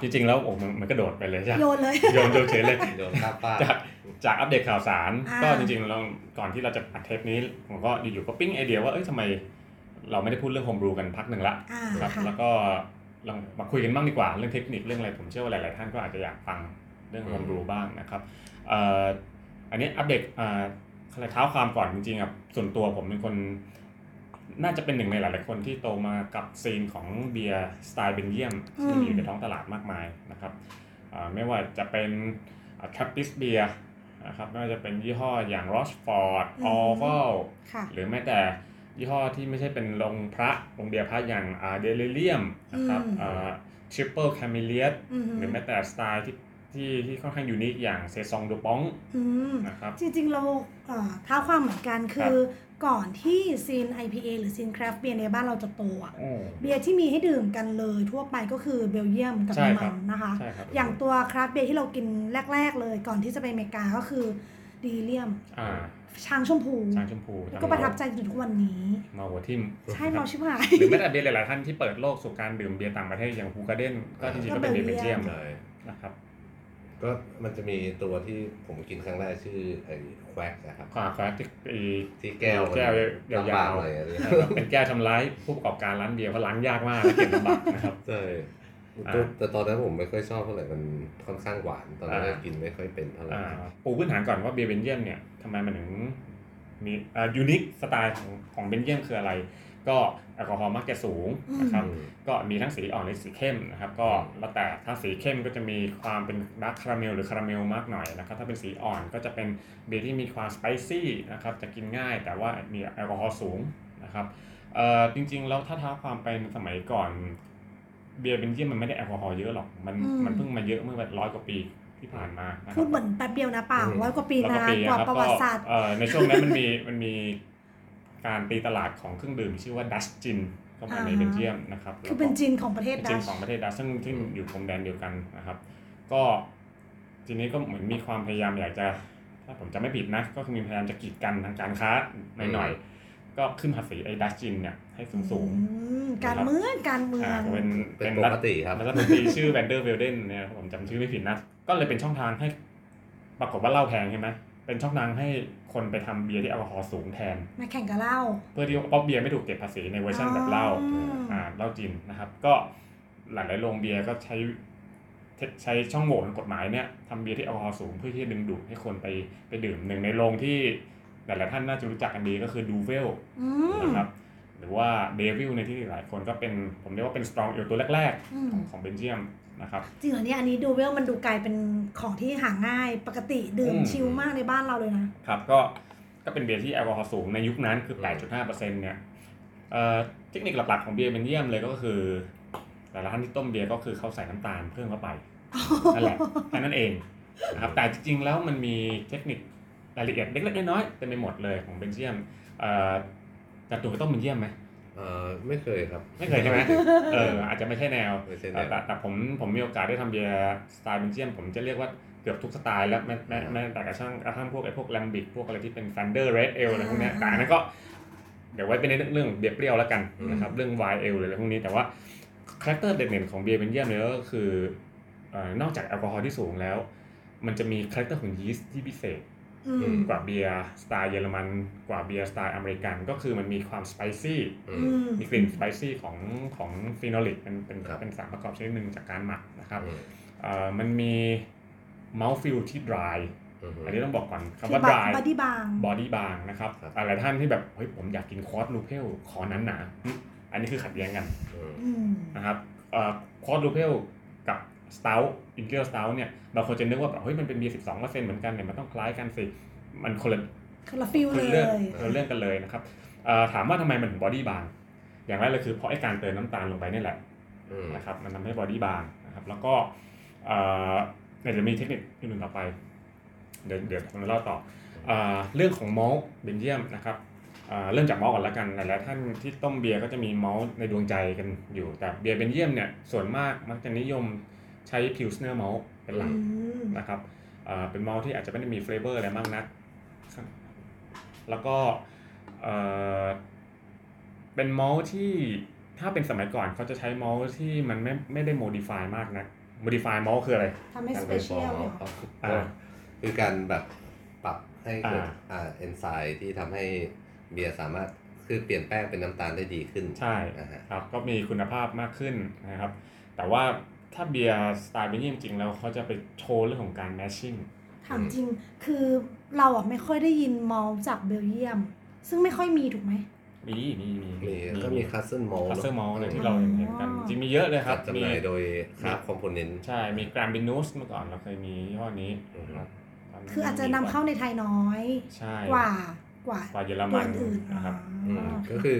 Speaker 2: จริงๆแล้วโอ้มันมันกระโดดไปเลยใช่ไหม
Speaker 1: โยนเลย
Speaker 2: โยนโยนเฉยเลย
Speaker 3: โยนข้ามฟาก
Speaker 2: จากจากอัปเดตข่าวสาร
Speaker 1: อ่า
Speaker 2: ก็จริงๆเราก่อนที่เราจะอัดเทปนี้ผมก็อยู่ๆก็ปิ๊งไอเดียว่าเอ้ยทำไม เราไม่ได้พูดเรื่องโฮมบรูกันพักหนึ่งละ
Speaker 1: อ่า
Speaker 2: ครับ
Speaker 1: ค่ะ
Speaker 2: แล้วก็ลองมาคุยกันบ้างดีกว่าเรื่องเทคนิคเรื่องอะไรผมเชื่อว่าหลายๆท่านก็อาจจะอยากฟังเรื่องโฮมบรูบ้างนะครับเอ่ออันนี้อัปเดตเอ่อเท้าความก่อนจริงๆอ่ะส่วนตัวผมเป็นคน น่าจะเป็นหนึ่งในหลายๆคนที่โตมากับซีนของเบียร์สไตล์เบนเยียมที่งมีอยู่ในท้องตลาดมากมายนะครับอ่าไม่ว่าจะเป็น แคปติสเบียนะครับไม่ว่าจะเป็นยี่ห้ออย่างรอชฟอร์ด
Speaker 1: อืม
Speaker 2: ออเวล
Speaker 1: ค่ะ
Speaker 2: หรือแม้แต่ยี่ห้อที่ไม่ใช่เป็นโรงพระโรงเบียร์พระอย่างอาเดลิเลียมนะครับ
Speaker 1: อืม
Speaker 2: ทริปเปิลแคมิเลียส
Speaker 1: อือหื
Speaker 2: หรือ
Speaker 1: อ
Speaker 2: แม้แต่สไตล์ที่ที่ที่ค่อนข้างยูนิคอย่างเซซองดูปอง
Speaker 1: อืม
Speaker 2: นะครับ
Speaker 1: จริงๆเราเอ่อเท้าความเหมือนกันคือ ก่อนที่ซีน IPA หรือซีนคราฟเบียร์ในบ้านเราจะโตอะ
Speaker 2: อืม
Speaker 1: เบียร์ที่มีให้ดื่มกันเลยทั่วไปก็คือเบลเยียมกับ
Speaker 2: ใช่
Speaker 1: เยอร
Speaker 2: ครั
Speaker 1: มั
Speaker 2: บ
Speaker 1: นนะคะ
Speaker 2: ใช่ครับ
Speaker 1: อย่างตัวคราฟเบียร์ที่เรากินแรก ๆ เลยก่อนที่จะไปอเมริกาก็คือดีเลียม
Speaker 2: อ่า
Speaker 1: ช้างชมพู
Speaker 2: ช้างชมพู
Speaker 1: ก็ประทับใจจนถึงทุกวันนี้
Speaker 2: เมาหัวทิ่ม
Speaker 1: ใช่
Speaker 2: ครับ
Speaker 1: เมาชิบหาย
Speaker 2: หรือแม้แต่เบียร์หลายๆท่านที่เปิดโลกสู่การดื่มเบียร์ต่างประเทศอย่างฮูการ์เด้นก็จริงๆก็เป็นเบียร์เบลเยียม
Speaker 3: ใช่
Speaker 2: นะครับ
Speaker 3: ก็มันจะมีตัวที่ผมกินครั้งแรกชื่อไอ้แควกนะครับ
Speaker 2: ขวาขวาที่อี
Speaker 3: ที่แก้ว
Speaker 2: แก้ว
Speaker 3: ลำบาย
Speaker 2: าว ว
Speaker 3: อะไรอย่างเงี้ย
Speaker 2: ๆ เป็นแก้วทำร้ายผู้ประกอบการร้านเบียร์เพราะล้างยากมากและเก็บลำบากนะครับ
Speaker 3: ใช่
Speaker 2: อ่า
Speaker 3: แต่แต่ตอนนั้นผมไม่ค่อยชอบเท่าไหร่มันค่อนข้างหวาน ตอนนั้น
Speaker 2: อ่า
Speaker 3: กินไม่ค่อยเป็นเท่าไหร่
Speaker 2: อ่าปูพื้นฐานก่อนว่าเบียร์เบลเยียมเนี่ยทำไมมันถึงมีอ่ายูนิคสไตล์ของของเบลเยียมคืออะไร ก็แอลกอฮอล์มักจะสูงนะครับ
Speaker 3: อืม
Speaker 2: ก็มีทั้งสีอ่อนและสีเข้มนะครับก็
Speaker 3: อืม
Speaker 2: แล้วแต่ถ้าสีเข้มก็จะมีความเป็นดาร์คคาราเมลหรือคาราเมลมากหน่อยนะครับถ้าเป็นสีอ่อนก็จะเป็นเบียร์ที่มีความสไปซี่นะครับจะกินง่ายแต่ว่ามีแอลกอฮอล์สูงนะครับเอ่อจริงๆแล้วถ้าท้าความเป็นสมัยก่อนเบียร์เบนเยียมมันไม่ได้แอลกอฮอล์เยอะหรอกมัน
Speaker 1: อืม
Speaker 2: มันเพิ่งมาเยอะเมื่อแบบร้อยกว่าปีที่ผ่านมานะค
Speaker 1: พู
Speaker 2: รั
Speaker 1: ดเหมือนแป๊บเดียวนะเปล่า
Speaker 3: อืม
Speaker 1: ร้อยกว่าปี
Speaker 2: ร้อย
Speaker 1: นานก
Speaker 2: ค
Speaker 1: ว่า
Speaker 2: บ
Speaker 1: ประวัติศาสตร์
Speaker 2: ก็เอ่อในช่วงนั้นมันมี มันมีการตีตลาดของเครื่องดื่มชื่อว่าดัชจินเข้ามาใน
Speaker 1: อ่าฮะ
Speaker 2: เบลเยียมนะครับ
Speaker 1: คือ
Speaker 2: แล้วก็
Speaker 1: เป็นจีนของประเทศ
Speaker 2: เป็น
Speaker 1: ดั
Speaker 2: จี
Speaker 1: ช
Speaker 2: นของประเทศดัชซึ่งซึ่งอยู่พรมแดนเดียวกันนะครับ ก็ทีนี้ก็เหมือนมีความพยายามอยากจะ ถ้าผมจะไม่ผิดนะ ก็คือมีพยายามจะกีดกันทางการค้าหน่อยๆ ก็ขึ้นภาษีไอ้ดัชจินเนี่ยให้สูง
Speaker 1: อืมการเมืองการเมือง
Speaker 2: อ่าเป็น
Speaker 3: เป็นปกติ
Speaker 2: ๆ
Speaker 3: ครับ
Speaker 2: แล้วก็มันมีชื่อแวนเดอร์เวลเดนเนี่ยผมจำชื่อไม่ผิดนะ ก็เลยเป็นช่องทางให้ ปรากฏว่าเหล้าแพงใช่ไหมเป็นช่องทางให้คนไปทำเบียร์ที่แอลกอฮอล์สูงแทน
Speaker 1: มาแข่งกับเหล้า
Speaker 2: เพื่อที่เพราะเบียร์ไม่ถูกเก็บภาษีในเวอร์ชันแบบเหล้า
Speaker 1: อืม
Speaker 2: อ่าเหล้าจีนนะครับก็หลายๆโรงเบียร์ก็ใช้เทใช้ช่องโหว่ของกฎหมายเนี่ยทำเบียร์ที่แอลกอฮอล์สูงเพื่อที่จะดึงดูดให้คนไปไปดื่มหนึ่งในโรงที่หลายๆท่านน่าจะรู้จักกันดีก็คือดูเวล
Speaker 1: อืม
Speaker 2: นะครับหรือว่าเดวิลในที่หลายคนก็เป็นผมเรียกว่าเป็นสตรองเอลตัวแรก
Speaker 1: อื
Speaker 2: ๆ
Speaker 1: ม
Speaker 2: ของของเบลเยียมนะครับ
Speaker 1: จริงเหรอเนี่ยอันนี้ดูเวลมันดูกลายเป็นของที่หาง่ายปกติดื่ม
Speaker 2: อืม
Speaker 1: ชิลมากในบ้านเราเลยนะ
Speaker 2: ครับก็ก็เป็นเบียร์ที่แอลกอฮอล์สูงในยุคนั้นคือ
Speaker 3: อื
Speaker 2: 8.5%เนี่ยเอ่อเทคนิคหลักๆของเบียร์เบลเยียมเลยก็คือแต่ละท่านที่ต้มเบียร์ก็คือเขาใส่น้ำตาลเพิ่มเข้าไป นั่นแหละแค่นั้นเองนะครับแต่จริงๆแล้วมันมีเทคนิครายละเอียดเล็กๆน้อยๆเต็มไปหมดเลยของเบลเยียมเอ่อจัดตัวก็ต้องเบลเยียมไหม
Speaker 3: เออไม่เคยครับ
Speaker 2: ไม่เคยใช่ไหม เอออาจจะไม่ใช่แนว
Speaker 3: ไม่ใช่แน
Speaker 2: แต่
Speaker 3: ว
Speaker 2: แต่แต่ผมผมมีโอกาสได้ทำเบียร์สไตล์เบลเยียมผมจะเรียกว่าเกือบทุกสไตล์แล้วแม้แม้แม้แต่กระทั่งกระทั่งพวกไอ้พวกแลมบิกพวกอะไรที่เป็นซันเดอร์เรดเอลอะไรพวกเนี้ยแต่อันนั้นก็เดี๋ยวไว้เป็นในเรื่องของเบียร์เปรี้ยวแล้วกันนะครับเรื่องไวน์เอลอะไรพวกนี้แต่ว่าคาแรคเตอร์เด่นๆของเบียร์เบลเยียมเลยก็คือเอ่อนอกจากแอลกอฮอล์ที่สูงแล้ว มันจะมีคาแรคเตอร์ของยีสต์ที่พิเศษ
Speaker 1: อืม
Speaker 2: กว่าเบียร์สไตล์เยอรมันกว่าเบียร์สไตล์อเมริกันก็คือมันมีความสไปซี่
Speaker 1: อืม
Speaker 2: มีกลิ่นสไปซี่ของของฟีนอลิกเป็นเป็น
Speaker 3: ครับ
Speaker 2: เป็นสารประกอบชนิดหนึ่งจากการหมักนะครับ
Speaker 3: อืม
Speaker 2: เอ่อมันมีม u t h ฟิลที่ dry
Speaker 3: อืม
Speaker 2: อันนี้ต้องบอกก่อนคำ
Speaker 1: คือ
Speaker 2: ว่า
Speaker 1: บัด
Speaker 2: dry
Speaker 1: บัดดี้บาง
Speaker 2: บอดี้บางนะครับ
Speaker 3: ครับ
Speaker 2: หลายท่านที่แบบเฮ้ยผมอยากกินคอร์สลูเพลขอนั้นหนาๆอืมอันนี้คือขัดแย้งกัน
Speaker 3: อืม
Speaker 1: อืม
Speaker 2: นะครับคอร์สลูเพลกับสเตลอินเดียสเตลเนี่ยบางคนจะนึกว่าแบบเฮ้ยมันเป็นเบียร์สิบสองเปอร์เซ็นต์เหมือนกันเนี่ยมันต้องคล้ายกันสิมันคนละ
Speaker 1: คนละฟิล
Speaker 2: คน
Speaker 1: เล
Speaker 2: เรื่อง
Speaker 1: ย
Speaker 2: คนเรื่องกันเลยนะครับเอ่อถามว่าทำไมมันถึงบอดี้บาง อย่างแรกเลยคือเพราะไอ้การเติมน้ำตาลลงไปนี่แหละ
Speaker 3: อืม
Speaker 2: นะครับ มันทำให้บอดี้บางนะครับ แล้วก็เอ่อเดี๋ยวจะมีเทคนิคอื่นๆต่อไป เดี๋ยวเดี๋ยวผมจะเล่าต่อเอ่อเรื่องของมอลเบนเยียมนะครับเอ่อเริ่มจากมอลก่อนละกัน หลายๆท่านที่ต้มเบียร์ก็จะมีมอลในดวงใจกันอยู่ แต่เบียร์เบนเยียมเนี่ย ส่วนมากมักจะนิยมใช้พิลสเนอร์มอลเป็นหลัก
Speaker 1: อืม
Speaker 2: นะครับเอ่อเป็นมอลที่อาจจะไม่ได้มีเฟลเวอร์อะไรมากนัก แล้วก็เอ่อเป็นมอลที่ถ้าเป็นสมัยก่อนเขาจะใช้มอลที่มันไม่ไม่ได้โมดิฟายมากนักโมดิฟายมอลคืออะไร
Speaker 1: ทำให้สเปเชียลเนี่ยเหรอ
Speaker 2: อ่า
Speaker 3: คือการแบบปรับให้เกิด
Speaker 2: อ่า
Speaker 3: อ่าเอนไซม์ที่ทำให้เบียร์สามารถคือเปลี่ยนแป้งเป็นน้ำตาลได้ดีขึ้น
Speaker 2: ใช่
Speaker 3: นะฮะ
Speaker 2: ครับก็มีคุณภาพมากขึ้นนะครับ แต่ว่าถ้าเบียร์สไตล์เบนเยียมจริงๆแล้วเขาจะไปโชว์เรื่องของการแมชชิ่ง
Speaker 1: ถามจริง คือเราอ่ะไม่ค่อยได้ยินมอลจากเบลเยียม ซึ่งไม่ค่อยมีถูกไหม
Speaker 2: มีมีมี
Speaker 3: มีก็มีคัสเซิลมอล
Speaker 2: คัสเซอร์มอลเลยที่เราเห็นเห็นกัน จริงมีเยอะเลยค
Speaker 3: จั
Speaker 2: รั
Speaker 3: ด
Speaker 2: บ
Speaker 3: จำหน่ายโดยคราฟคอมโพเนนต์
Speaker 2: ใช่ มีแกรมบินูสเมื่อก่อนเราเคยมียี่ห้อนี้
Speaker 3: อือฮึ
Speaker 2: ครับ
Speaker 1: คืออาจจะนำเข้าในไทยน้อย
Speaker 2: ใช่
Speaker 1: กว่ากว่า
Speaker 2: ว่าเยอร
Speaker 1: ตั
Speaker 2: มั
Speaker 1: วน อื่น
Speaker 2: นะครับ
Speaker 1: อ๋อ
Speaker 3: ก็คือ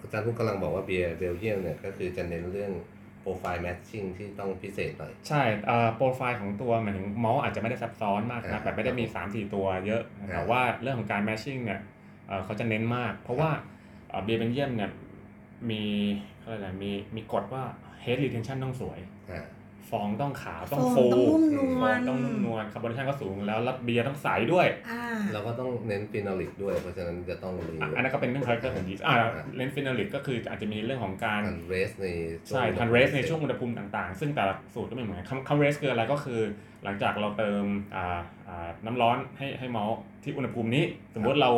Speaker 3: อาจารย์ทุกกำลังบอกว่าเบียร์เบลเยียมเนี่ยก็คือจะเน้นเรื่องโปรไฟล์แมทชิ่งที่ต้องพิเศษหน่อย
Speaker 2: ใช่เอ่อโปรไฟล์ของตัวหมายถึงมอลอาจจะไม่ได้ซับซ้อนมาก
Speaker 3: ครั
Speaker 2: นะ
Speaker 3: บ
Speaker 2: แบบไม่ได้มี 3 4 ตัวเยอะ
Speaker 3: ครับ
Speaker 2: แต่ว่าเรื่องของการแมชชิ่งเนี่ย เอ่อเขาจะเน้นมาก เพราะว่าเอ่อเบียร์เบนเยียมเนี่ยมีอะไรนะมีมีกฎว่า head retention ต้องสวย
Speaker 3: อ่า
Speaker 2: ฟองต้องขาวต้อง
Speaker 1: โฟมต้อง
Speaker 2: ฟู
Speaker 1: นุ่มน
Speaker 2: ฟ
Speaker 1: ว
Speaker 2: อ
Speaker 1: ล
Speaker 2: งต้องนุ่มนวลคาร์บอนเนชั่นก็สูงแล้วแล้วเบียร์ต้องใสด้วย
Speaker 1: อ่า
Speaker 3: เราก็ต้องเน้นฟีนอลิกด้วย เพราะฉะนั้นจะต้องมี
Speaker 2: อ่ะอันนั้นก็เป็นเรื่องคาแรคเตอร์ของยีสต์อ่า
Speaker 3: อ่ะ
Speaker 2: เลนส์ฟินาลิกก็คืออาจจะมีเรื่องของการ
Speaker 3: ทันเรสในวง
Speaker 2: ใช่ทันเรสในช่วงอุณหภูมิต่างๆ ซึ่งแต่ละสูตรก็ไม่เหมือนกันคำคำเรสคืออะไรก็คือ หลังจากเราเติมอ่าอ่าน้ำร้อนให้ให้เมอลต์ที่อุณหภูมินี้ สมมติเรา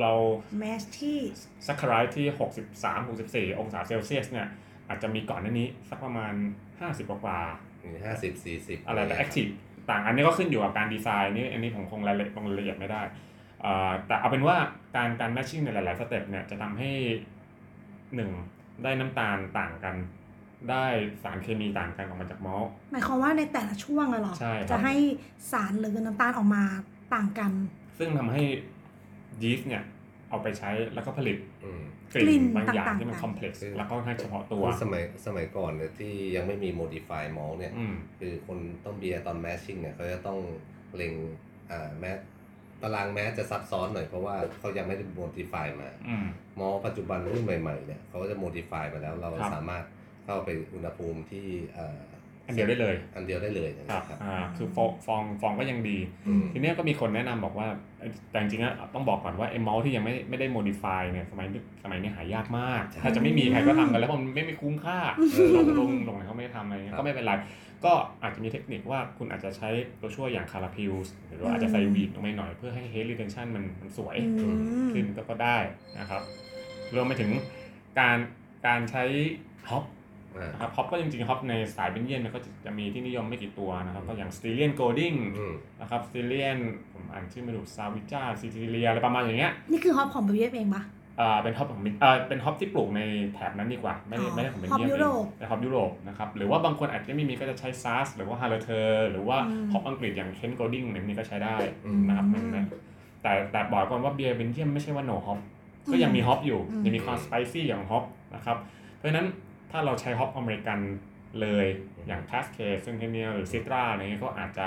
Speaker 2: เรา
Speaker 1: แมชที่
Speaker 2: ซักคาไรที่ 63 64 องศาเซลเซียสเนี่ยอาจจะมีก่อนหน้านี้สักประมาณ 50 กว่าๆ
Speaker 3: มีห้าสิบสี่สิบ
Speaker 2: อะไรแต่ Active ต่างอันนี้ก็ขึ้นอยู่กับการดีไซน์นี่อันนี้ผมคงรายละเอียดลงรายละเอียดไม่ได้เอ่อแต่เอาเป็นว่าการการแมชชิ่งในหลายๆสเต็ปเนี่ยจะทำให้หนึ่งได้น้ำตาลต่างกัน ได้สารเคมีต่างกันออกมาจากมอลต์
Speaker 1: หมายความว่าในแต่ละช่วงเลยเหรอ
Speaker 2: ใช่ครับ
Speaker 1: จะให้สารหรือน้ำตาลออกมาต่างกัน
Speaker 2: ซึ่งทำให้ยีสต์เนี่ยเอาไปใช้แล้วก็ผลิต
Speaker 3: อืม
Speaker 2: ก
Speaker 1: กลิ่
Speaker 2: ลิ่น
Speaker 1: น
Speaker 2: บางอย่าง
Speaker 1: ต่างๆ
Speaker 2: ที่มันคอมเพล็กซ์แล้วก็ค่อนข้างเฉพาะตัว
Speaker 3: คือสมัยสมัยก่อนเนี่ยที่ยังไม่มีโมดิฟายมอลเนี่ย
Speaker 2: อืม
Speaker 3: คือคนต้องเบียร์ตอนแมชชิ่งเนี่ยเขาจะต้องเล็งอ่าแมสตารางแมสจะซับซ้อนหน่อยเพราะว่าเขายังไม่ได้โมดิฟายมา
Speaker 2: อืม
Speaker 3: มอปัจจุบันรุ่นใหม่ๆเนี่ยเขาก็จะโมดิฟายมาแล้วเรา
Speaker 2: ครับ
Speaker 3: สามารถเข้าไปอุณหภูมิที่อ่า
Speaker 2: อันเดียวได้เลย
Speaker 3: อันเดียวได้เลยนะ
Speaker 2: ค
Speaker 3: ค
Speaker 2: รั
Speaker 3: รั
Speaker 2: บบ อ่าคือฟองฟองฟองก็ยังดี
Speaker 3: อืม
Speaker 2: ทีเนี้ยก็มีคนแนะนำบอกว่าเอ้ยแต่จริงๆอะต้องบอกก่อนว่าไอ้เมาส์ที่ยังไม่ไม่ได้โมดิฟายเนี่ยสมัยนี้สมัยนี้หายากมาก ถ้าจะไม่มีใครก็ทำกันแล้วเพราะมันไม่ไม่คุ้มค่า
Speaker 3: เออ
Speaker 2: ลงลงลงไหนเขาไม่ได้ทำอะไรเงี้ย
Speaker 3: ครับ
Speaker 2: ก็ไม่เป็นไร ก็อาจจะมีเทคนิคว่าคุณอาจจะใช้ตัวช่วยอย่างคาราพิวส์หรือว่าอาจจะใส่วีดลงไปหน่อยเพื่อให้เฮดรีเทนชันมันมันสวย
Speaker 1: อืม
Speaker 2: ขึ้นก็ก็ได้นะครับรวมไปถึงการการใช้ฮอป
Speaker 3: อ่า
Speaker 2: นะครับฮอปก็จริงๆฮอปในสายเบนเยียนมันก็จะจะมีที่นิยมไม่กี่ตัวนะครับก็อย่างสตีเลียนโกลดิง
Speaker 3: อืม
Speaker 2: นะครับสตีเลียนผมอ่านชื่อไม่ถูกซาวิจ้าซิซิเลียอะไรประมาณอย่างเงี้ย
Speaker 1: นี่คือฮอปของเบลเยียมเองปะ
Speaker 2: อ่าเป็นฮอปของเอ่อเป็นฮอปที่ปลูกในแถบนั้นดีกว่า ไม่ได้
Speaker 1: อ๋อ
Speaker 2: ไม่ได้ของเบนเยียม
Speaker 1: ฮอปยุ
Speaker 2: เอ
Speaker 1: โรง ป
Speaker 2: แต่ฮอปยุโรปนะครับหรือว่าบางคนอาจจะไม่มีก็จะใช้ซาร์สหรือว่าฮาร์เทอร์หรือว่า
Speaker 1: อืม
Speaker 2: ฮอปอังกฤษอย่างเคนโกลดิงอะไรพวกนี้ก็ใช้ได้
Speaker 3: อืม
Speaker 2: นะครับมันนะแต่แต่บอกก่อนว่าเบียร์เบนเยียมไม่ใช่ว่าโนฮอป ก็ยังมีฮอปอยู่
Speaker 1: อืม
Speaker 2: ยังมีความสไปซี่อย่างฮอปนะครับ เพราะฉะนั้นถ้าเราใช้ฮอปอเมริกันเลยอย่างทัสเคซึ่งเทเนียหรือซิตราอะไรเงี้ยก็อาจจะ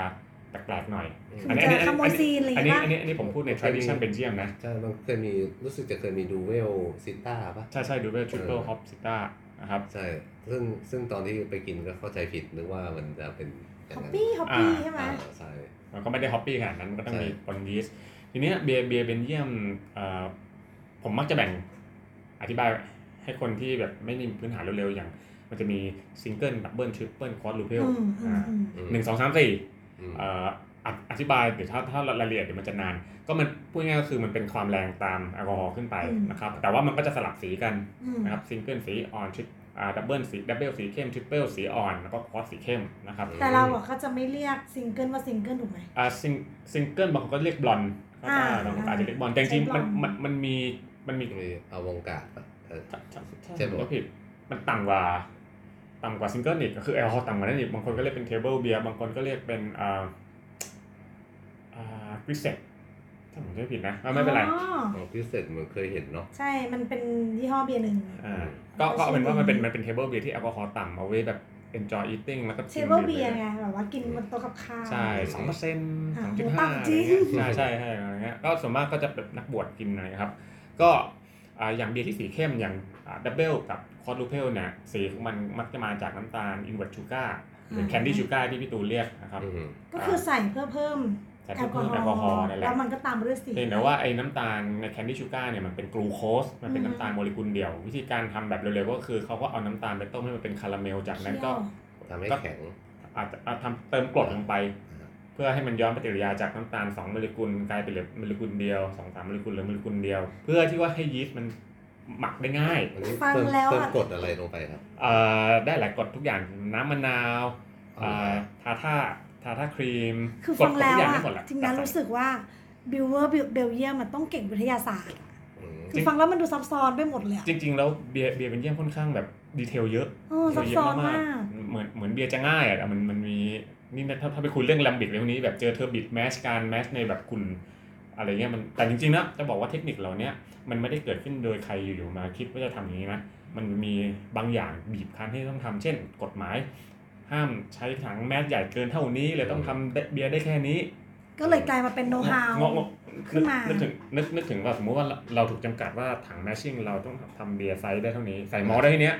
Speaker 2: แปลกๆหน่อย
Speaker 1: ถึงจะขโมยซีนอะไรอย่าง
Speaker 2: อัน
Speaker 1: เงี้ยปะ
Speaker 2: นี้อันนี้อันนี้ผมพูดใน tradition เบนเยียมนะ
Speaker 3: ใช่มันเคยมีรู้สึกจะเคยมีดูเวลซิต้าปะ
Speaker 2: ใช่ใช่ดูเป็นทริปเปิลฮอปซิตรานะครับ
Speaker 3: ใช่ ซึ่งซึ่งตอนที่ไปกินก็เข้าใจผิดนึกว่ามันจะเป็นย่า
Speaker 1: ฮ
Speaker 3: ง
Speaker 1: อป
Speaker 3: นั้น
Speaker 1: ปี้ฮอปปี้
Speaker 2: อ่า
Speaker 1: ใช่ไหม
Speaker 3: อ่าใช่
Speaker 2: มันก็ไม่ได้ฮอปปี้ขนาดนั้นมันก็ต้อง
Speaker 3: ใช่
Speaker 2: มีปนยีสต์ทีเนี้ยเบียร์เบียร์เบนเยียมเอ่อผมมักจะแบ่งอธิบายให้คนที่แบบไม่มีพื้นฐานเร็วๆอย่าง มันจะมีซิงเกิลดับเบิลทริปเปิลควอดลูเปิล
Speaker 1: อืมอืมอืม
Speaker 3: อืม
Speaker 2: หนึ่งสองสามสี่
Speaker 3: อืม
Speaker 2: เอ่ออ่ะอธิบายหรือถ้าถ้ารายละเอียดเดี๋ยวมันจะนาน ก็มันพูดง่ายๆก็คือมันเป็นความแรงตามแอลกอฮอล์ขึ้นไป
Speaker 1: อืม
Speaker 2: นะครับแต่ว่ามันก็จะสลับสีกัน
Speaker 1: อืม
Speaker 2: นะครับซิงเกิลสีอ่อนทริปอ่าดับเบิลสีดับเบิลสีเข้มทริปเปิลสีอ่อนแล้วก็ควอดสีเข้มนะครับ
Speaker 1: แต่เราอะก็จะไม่เรียกซิงเกิลว่าซิงเกิลถูกไหม
Speaker 2: อ่าซิงซิงเกิลบางคนก็เรียกบลอนด์ก็
Speaker 1: อ่า
Speaker 2: ได้บางคนก็อาจจะเรียกบลอนด์แต่จริงๆมัน
Speaker 1: ใช่บลอนด์
Speaker 2: มันมันมีมันมี
Speaker 3: มีเอาวงการปะเออ
Speaker 2: ถ้าถ้าถ้า
Speaker 3: ใช่
Speaker 2: ผมไม่ผิดมันต่ำกว่าต่ำกว่าซิงเกิลอีกก็คือแอลกอฮอล์ต่ำกว่านั้นอีกบางคนก็เรียกเป็นเทเบิลเบียร์บางคนก็เรียกเป็นอ่าอ่ากริเซตถ้าผมไม่ผิดนะอ่ะไม่เป็นไร
Speaker 1: อ๋อ
Speaker 3: ของพิเศษเหมือนเคยเห็นเนาะ
Speaker 1: ใช่มันเป็นยี่ห้อเบียร์หนึ่ง
Speaker 2: อ่าก็ก็เอาเป็นว่ามันเป็นมันเป็นเทเบิลเบียร์ที่แอลกอฮอล์ต่ำเอาไว้แบบ enjoy eating แล้วก็
Speaker 1: เช
Speaker 2: กิน
Speaker 1: เบิลเบียร์ไงแบบว่ากินบนโต๊ะกับข้าว
Speaker 2: ใช่สองเปอร์เซ็นต์
Speaker 1: อ่า
Speaker 2: สองจุด
Speaker 1: หมู
Speaker 2: ห้า
Speaker 1: ต่ำจริง
Speaker 2: ใช่ใช่ใช่อะไรเงี้ยก็ส่วนมากก็จะแบบนักบวชกินอะไรครับ ก็อ่าอย่างเบียร์ที่สีเข้มอย่างดับเบิลกับคอร์ดูเพลเนี่ยสีของมันมักจะมาจากน้ำตาลอินเวอร์ชูกาหรือแคนดี้ชูกาที่พี่ตูนเรียกนะครับ
Speaker 3: อืม
Speaker 1: ก็คือใส่เพื่อเพิ่ม
Speaker 2: แต่
Speaker 1: แอ
Speaker 2: ที่
Speaker 1: ลก
Speaker 2: เพิ่มแอลก
Speaker 1: อ
Speaker 2: อ
Speaker 1: ฮ
Speaker 2: ฮ
Speaker 1: อ
Speaker 2: อล์
Speaker 1: ล์
Speaker 2: นั่นแห
Speaker 1: แล้
Speaker 2: ละ
Speaker 1: วมันก็ตามไปด้วยสี
Speaker 2: เพียงแต่ว่าไอ้น้ำตาลในแคนดี้ชูการ์เนี่ยมันเป็นกลูโคสมันเป็น
Speaker 1: อืม
Speaker 2: น้ำตาลโมเลกุลเดียว วิธีการทำแบบเร็วๆก็คือเขาก็เอาน้ำตาลไปต้มให้มันเป็นคาราเมลจากนั้นก็
Speaker 3: ทำให้แข็ง
Speaker 2: อาจจะอาจทำเติมกรดลงไป เพื่อให้มันย้อนปฏิกิริยาจากน้ำตาล2โมเลกุลกลายเป็นเหลือโมเลกุลเดียว2 3โมเลกุลเหลือโมเลกุลเดียว เพื่อที่ว่าให้ยีสต์มันหมักได้ง่าย
Speaker 3: อันนี้
Speaker 1: ฟัง
Speaker 3: เติม
Speaker 1: แล้ว
Speaker 3: เติม
Speaker 1: อะ
Speaker 3: กดอะไรลงไปครับ
Speaker 2: เอ่อได้หลายกรดทุกอย่างน้ำมะนาวเอ่อทาท่าทาท่าครีม
Speaker 1: คือก
Speaker 2: ร
Speaker 1: ฟัง
Speaker 2: ดทุ
Speaker 1: แล้
Speaker 2: ก
Speaker 1: ว
Speaker 2: อย่างได้หมดแห
Speaker 1: อะ
Speaker 2: ละ
Speaker 1: จริงนะรู้สึกว่าบิวเวอร์เบลเยียมมันต้องเก่งวิทยาศาสตร์อะ
Speaker 3: อืม
Speaker 1: คือฟังแล้วมันดูซับซ้อนไปหมดเลยอะ
Speaker 2: จริง ๆ แล้วเบียร์เบียร์เป็นเยี่ยมค่อนข้างแบบดีเทลเยอะ
Speaker 1: เออซับซ้อนมาก
Speaker 2: เหมือนเหมือนเบียร์จะง่ายอ่ะแต่มันมันมีนี่นะถ้าถ้าไปคุยเรื่องแลมบิกเรื่องนี้แบบเจอเทอร์บิดแมชการแมชในแบบคุณอะไรเงี้ยมันแต่จริงๆนะจะบอกว่าเทคนิคเหล่าเนี้ยมันไม่ได้เกิดขึ้นโดยใครอยู่ๆมาคิดว่าจะทำอย่างนี้นะมันมีบางอย่างบีบคั้นให้ต้องทำเช่น กฎหมาย ห้ามใช้ถังแมสใหญ่เกินเท่านี้เลยต้องทำเบียร์ได้แค่นี้
Speaker 1: ก็เลยกลายมาเป็นโน้ตฮาว
Speaker 2: เงาะ
Speaker 1: ขึ้นมา
Speaker 2: นึกถึงนึกนึกถึงว่าสมมติว่าเราถูกจำกัดว่าถังแมชชิ่งเราต้องทำเบียร์ไซส์ได้เท่านี้ใส่มอลได้เท่านี้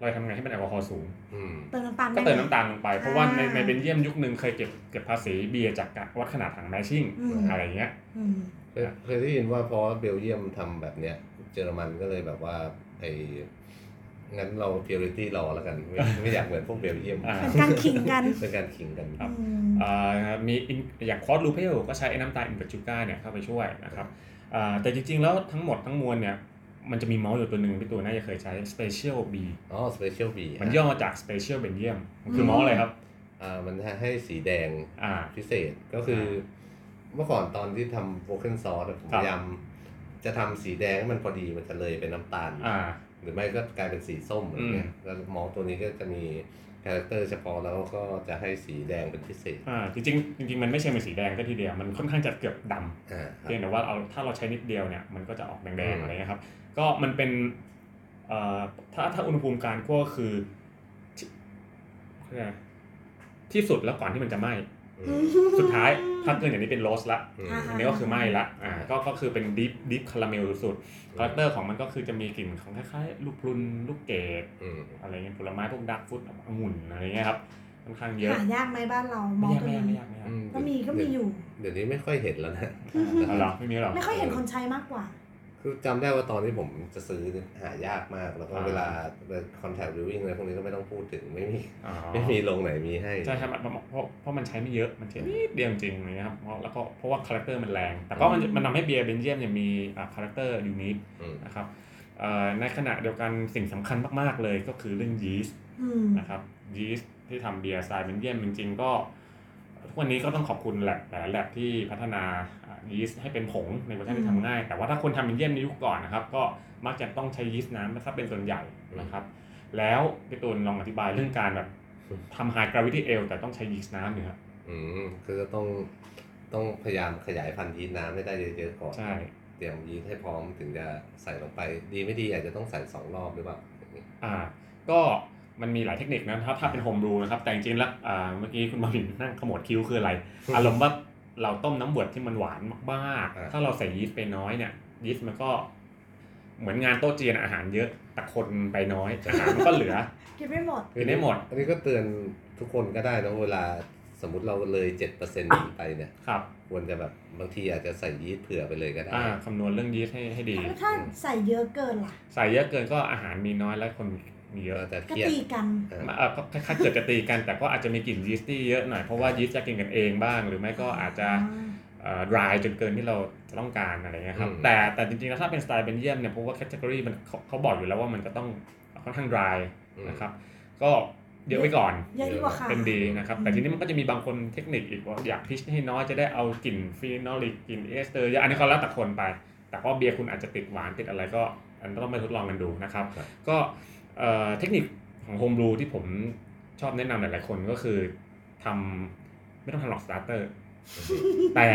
Speaker 2: เราจะทำไงให้มันแอลกอฮอล์สูง
Speaker 3: อืม
Speaker 1: เติมน้ำตาล
Speaker 2: ก็
Speaker 1: ได้
Speaker 2: เติม
Speaker 1: ไหม
Speaker 2: น้ำตาลลงไป
Speaker 1: อ่า
Speaker 2: เพราะว่าในในเบนเยียมยุคหนึ่งเคยเก็บเก็บภาษีเบียร์จากการวัดขนาดถังแมชชิ่ง
Speaker 1: อืม
Speaker 3: ค
Speaker 2: อะ
Speaker 3: บ
Speaker 2: ไรเงี้ย
Speaker 1: อืม
Speaker 3: เคยเคยได้ยินว่าเพราะว่าเบลเยียมทำแบบเนี้ยเยอรมันก็เลยแบบว่าไอ้งั้นเราเพียริตี้รอแล้วกันไม่ไม่อยากเหมือนพวกเบลเยียม
Speaker 2: อ่า
Speaker 1: เป็นการขิงกัน
Speaker 3: เป็นการขิงกัน
Speaker 2: ครับ
Speaker 1: อืม
Speaker 2: อ่านะครับมี in- อย่างคอสลูเพลก็ใช้ไอ้น้ำตาลอินปัจจุก้าเนี่ยเข้าไปช่วยนะครับอ่าแต่จริงๆแล้วทั้งหมดทั้งมวลเนี่ยมันจะมีเมาส์อยู่ตัวหนึ่งพี่ตัวน่าจะเคยใช้ Special B
Speaker 3: อ๋อสเปเชียลบี
Speaker 2: มันย่อมาจาก Special Belgium มันคือ
Speaker 1: ม
Speaker 2: เมาส์อะไรครับ
Speaker 3: อ่ามันให้สีแดง
Speaker 2: อ่า
Speaker 3: พิเศษก็คือ เมื่อก่อนตอนที่ทำโวเ e นซอสผม
Speaker 2: ครับ
Speaker 3: พยายามจะทำสีแดงให้มันพอดีมันจะเลยเป็นน้ำตาล
Speaker 2: อ่า
Speaker 3: หรือไม่ก็กลายเป็นสีส้มอะไรเงี้ยแล้วหมอตัวนี้ก็จะมีคาแรคเตอร์เฉพาะแล้วก็จะให้สีแดงเป็นพิเศษ
Speaker 2: อ่าจริงๆจริงๆมันไม่ใช่เป็นสีแดงก็ทีเดียว มันค่อนข้างจะเกือบดำ
Speaker 3: อ่าครับ
Speaker 2: เพียงแต่ว่าเอาถ้าเราใช้นิดเดียวเนี่ยมันก็จะออกแดงๆ
Speaker 3: อืม
Speaker 2: อะไรเงี้ยครับก็มันเป็นเอ่อถ้าถ้าอุณหภูมิการคั่วคือที่เขาเรียกอะไรที่สุดแล้วก่อนที่มันจะไหม้
Speaker 3: อืม
Speaker 2: สุดท้ายถ้าเกินอย่างนี้เป็นโรสละ
Speaker 3: อืม
Speaker 1: อ่า
Speaker 2: อันนี้ก็คือไหม้ละอ่าก็ก็คือเป็นดิฟดิฟคาราเมลสุดๆคาแรคเตอร์ของมันก็คือจะมีกลิ่นของคล้ายๆ ลูกพลุนลูกเกด
Speaker 3: อืม
Speaker 2: อะไรเงี้ยผลไม้พวกดักฟุตองุ่นอะไรเงี้ยครับค่อนข้างเยอะ
Speaker 1: หายากไหมบ้านเราม
Speaker 2: ไม่
Speaker 1: อง
Speaker 2: ยาก
Speaker 1: ตัวเอย
Speaker 2: ไม่า
Speaker 1: ง
Speaker 2: กไม่ยากไม่ยาก
Speaker 3: อื
Speaker 1: ก็มีก็มีอยู่
Speaker 3: เดี๋ยวนี้ไม่ค่อยเห็นแล้วนะ
Speaker 2: อ๋อเหรอไม่มีหรอ
Speaker 1: ไม่ค่อยเห็นคนใช้มากกว่า
Speaker 3: คือจำได้ว่าตอนที่ผมจะซื้อเนี่ยหายากมาก แล้วก็
Speaker 2: อ่า
Speaker 3: เวลาคอนแทคบิววิ่งอะไรพวกนี้ก็ไม่ต้องพูดถึงไม่มี
Speaker 2: อ๋อ
Speaker 3: ไม่มีโรงไหนมีให้
Speaker 2: ใช่ครับเพราะเพราะเพราะมันใช้ไม่เยอะมันใช้นิดเดียวจริงๆนะครับเพราะแล้วก็เพราะว่าคาแรคเตอร์มันแรง แต่ก็มัน
Speaker 3: อืม
Speaker 2: มันทำให้เบียร์เบนเยียมเนี่ยมีคาแรคเตอร์ยูนิค
Speaker 3: อืม
Speaker 2: นะครับเอ่อในขณะเดียวกันสิ่งสำคัญมากๆเลยก็คือเรื่องยีสต์
Speaker 1: อืม
Speaker 2: นะครับยีสต์ที่ทำเบียร์สไตล์เบนเยียมจริงๆก็ทุกวันนี้ก็ต้องขอบคุณแลบหลายแลบที่พัฒนายีสต์ให้เป็นผงในเวอร์ชันที่ทำง่าย แต่ว่าถ้าคนทำเบนเยียมในยุคก่อนนะครับก็มักจะต้องใช้ยีสต์น้ำนะครับเป็นส่วนใหญ่นะครับ แล้วพี่ตูนลองอธิบายเรื่องการแบบ ทำ High Gravity Ale แต่ต้องใช้ยีสต์น้ำเนี่ยครับ
Speaker 3: อืมคือต้องต้องพยายามขยายพันธุ์ยีสต์น้ำให้ได้เยอะๆก่อน
Speaker 2: ใช่
Speaker 3: เตรียมยีสต์ให้พร้อมถึงจะใส่ลงไป ดีไม่ดีอาจจะต้องใส่สองรอบหรือเปล่าอย่างนี้
Speaker 2: อ่า ก็มันมีหลายเทคนิคนะครับ ถ้าเป็นโฮมบรูนะครับ แต่จริงๆแล้วอ่าเมื่อกี้คุณบอลนั่งขมวดคิ้วคืออะไร อารมณ์ว่าเราต้มน้ำบวชที่มันหวานมากๆ ถ้าเราใส่ยีสต์ไปน้อยเนี่ย ยีสต์มันก็เหมือนงานโต๊ะจีนอาหารเยอะ แต่คนไปน้อยอาหารมันก็เห ลือ
Speaker 1: กินไม่หมด
Speaker 2: กินได้หมด
Speaker 3: อันนี้ก็เตือนทุกคนก็ได้นะเวลาสมมติเราเลยเจ็ดเปอร์เซ็นต์ไปเนี่ย
Speaker 2: ครับ
Speaker 3: ควรจะแบบบางทีอาจจะใส่ยีสต์เผื่อไปเลยก็ได้
Speaker 2: อ่าคำนวณเรื่องยีสต์ให้ให้ดี
Speaker 1: แล้วถ้าใส่เยอะเกินล่ะ
Speaker 2: ใส่เยอะเกินก็อาหารมีน้อยและคนมีเยอะ
Speaker 3: ก็จะเค
Speaker 1: ก็
Speaker 3: รียด
Speaker 1: ตีกัน
Speaker 3: อ่า
Speaker 2: เอ่อก็คล้ายๆเกิดจะตีกันแต่ก็อาจจะมีกลิ่นยีสต์ที่เยอะหน่อย เพราะว่ายีสต์จะกินกันเองบ้าง หรือไม่ก็อาจจะเอ่อ dry จนเกินที่เราจะต้องการอะไรเงี้ยครับ
Speaker 3: อืม
Speaker 2: แต่แต่จริงๆแล้วถ้าเป็นสไตล์เบนเยียมเนี่ยเพราะว่าแคตตากรีมันเขาเขาบอกอยู่แล้วว่ามันจะต้องค่อนข้าง dry
Speaker 3: อืม
Speaker 2: นะครับก็เยอะไว้ก่อน
Speaker 1: เยอะดีกว่าค่ะ
Speaker 2: เป็นดีนะครับแต่ทีนี้มันก็จะมีบางคนเทคนิคอีกว่าอยากพิชให้น้อยจะได้เอากลิ่นฟีนอลิกกลิ่นเอสเตอร์เยอะอันนี้ก็แล้วแต่คนไป แต่ว่าเบียร์คุณอาจจะติดหวานติดอะไรก็อันนต้องไปทดลองกันดูนะครับ
Speaker 3: ครับ
Speaker 2: ก็เอ่อเทคนิคของโฮมบรูที่ผมชอบแนะนำหลายๆคนก็คือทำไม่ต้องทำหรอกสตาร์เตอร์ แต่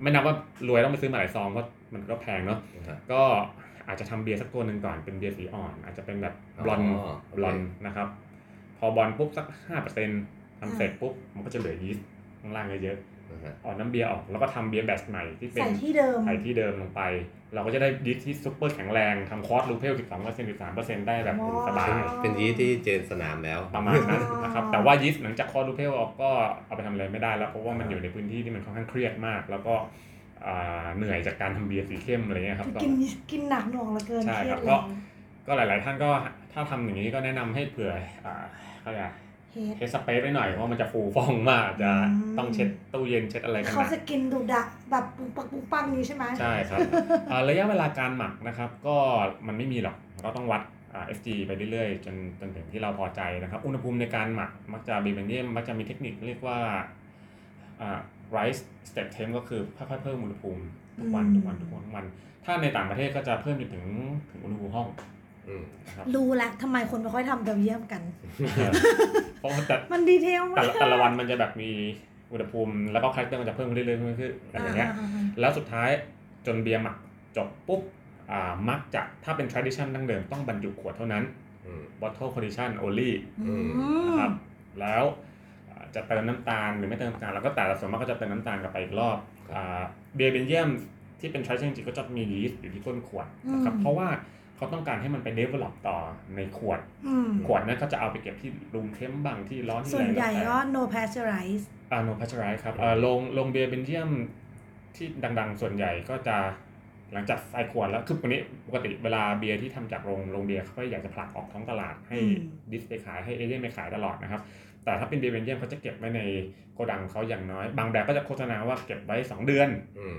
Speaker 2: ไม่นับว่ารวยต้องไปซื้อมาหลายซองเพราะมันก็แพงเนาะ
Speaker 3: ครับ
Speaker 2: ก็อาจจะทำเบียร์สักตัวหนึ่งก่อนเป็นเบียร์สีอ่อน อาจจะเป็นแบบบลอน
Speaker 3: อ๋อโอเค
Speaker 2: บลอนนะครับ พอบลอนปุ๊บสักห้าเปอร์เซ็นทำเสร็จปุ๊บ มันก็จะเหลือยีสต์ข้างล่างเยอะ
Speaker 3: นะฮะ
Speaker 2: ๆเออกน้ำเบียร์ออกแล้วก็ทำเบียร์แบชใหม่ที่เป็น
Speaker 1: ใส่ที่เดิม
Speaker 2: ใส่ที่เดิมลงไป เราก็จะได้ยีสต์ที่ซุปเปอร์แข็งแรงทำคอร์สลูเพลสิบสองเปอร์เซ็นต์สิบสามเปอร์เซ็นต์ได้แบบโอ้โหสบาย
Speaker 1: อ๋อ
Speaker 3: เป็นยีสต์ที่เจนสนามแล้ว
Speaker 2: ประมาณนั้นนะครับ แต่ว่ายีสต์หลังจากคลอดลูกเพลออกก็เอาไปทำอะไรไม่ได้แล้ว เพราะว่ามันอยู่ในพื้นที่ที่มันค่อนข้างเครียดมาก แล้วก็อ่าเหนื่อยจากการทำเบียร์สีเข้มอะไรเงี้ยครับ
Speaker 1: คือกินกินหนักหน่วงเหลือเกิน
Speaker 2: ใช่
Speaker 1: เครีย
Speaker 2: ครั
Speaker 1: ด
Speaker 2: บ
Speaker 1: เล
Speaker 2: ก็
Speaker 1: ย
Speaker 2: ก็หลาย ๆ ท่านก็ถ้าทำอย่างนี้ก็แนะนำให้เผื่ออ่าเขาเรียก
Speaker 1: เฮ็ด
Speaker 2: เทสเปซไว้หน่อยเพราะมันจะฟูฟ่องมากจะ
Speaker 1: อืม
Speaker 2: ต้องเช็ดตู้เย็นเช็ดอะไรกันห
Speaker 1: เขา
Speaker 2: นัก
Speaker 1: จะกินดุดะแบบปุกปักปุกปักนี้ใช่ไหม
Speaker 2: ใช่ ครับอ่าระยะเวลาการหมักนะครับ ก็มันไม่มีหรอกเราต้องวัดอ่า FG ไปเรื่อย ๆ จนจนถึงที่เราพอใจนะครับ อุณหภูมิในการหมักมักจะบีเบนเดียมมักจะมีเทคนิคเรียกว่าอ่า rise step temp ก็คือค่อยๆเพิ่มอุณหภูมิทุกวันทุกวันทุกวันทุกวัน ถ้าในต่างประเทศก็จะเพิ่มจนถึงถึงอุณหภูมิห้อง
Speaker 3: อืม
Speaker 2: นะครับ
Speaker 1: รู้ละทำไมคนไม่ค่อยทำเบลเยียมกัน
Speaker 2: เพราะว่าแต่
Speaker 1: มันดีเทล
Speaker 2: แต่
Speaker 1: มาก
Speaker 2: ละแต่ละวันมันจะแบบมีอุณหภูมิ แล้วก็คาแรคเตอร์มันจะเพิ่มขึ้นเรื่อยๆเพิ่มขึ้นอะไรอย่างเงี้ย
Speaker 1: อ่า
Speaker 2: แล้วสุดท้ายจนเบียร์หมักจบปุ๊บอ่ามักจะถ้าเป็น tradition ดั้งเดิมต้องบรรจุขวดเท่านั้น
Speaker 3: อืม
Speaker 2: bottle condition only นะครับ แล้วอ่าจะเติมน้ำตาลหรือไม่เติมน้ำตาลแล้วก็แต่ละส่วนมากก็จะเติมน้ำตาลกลับไปอีกรอบ อ่าเบียร์เบนเยียมที่เป็นทรัสจริงๆก็จะมียีสต์อยู่ที่ก้นขวดนะครับ
Speaker 1: อืม
Speaker 2: เพราะว่าเขาต้องการให้มันไปเดเวล็อปต่อในขวด
Speaker 1: อืม
Speaker 2: ขวดนั้นเขาจะเอาไปเก็บที่รูมเทมบ้างที่ร้อนที่
Speaker 1: ส่วน
Speaker 2: ไน
Speaker 1: ใหญ่
Speaker 2: แล้วแต่
Speaker 1: ก็ no pasteurize
Speaker 2: อ่าโนพัชไรครับเอ่อโรงโรงเบียร์เบนเยียมที่ดังๆ ส่วนใหญ่ก็จะหลังจากไฟขวดแล้วคือวันนี้ปกติเวลาเบียร์ที่ทำจากโรงโรงเบียร์เขาก็อยากจะผลักออกท้องตลาดให้
Speaker 1: อืม
Speaker 2: ดิสไปขายให้เอเจนต์ไปขายตลอดนะครับ แต่ถ้าเป็นเบียร์เบนเยียมเขาจะเก็บไว้ในโกดังเขาอย่างน้อย บางแบรนด์ก็จะโฆษณาว่าเก็บไว้ 2 เดือน
Speaker 3: อืม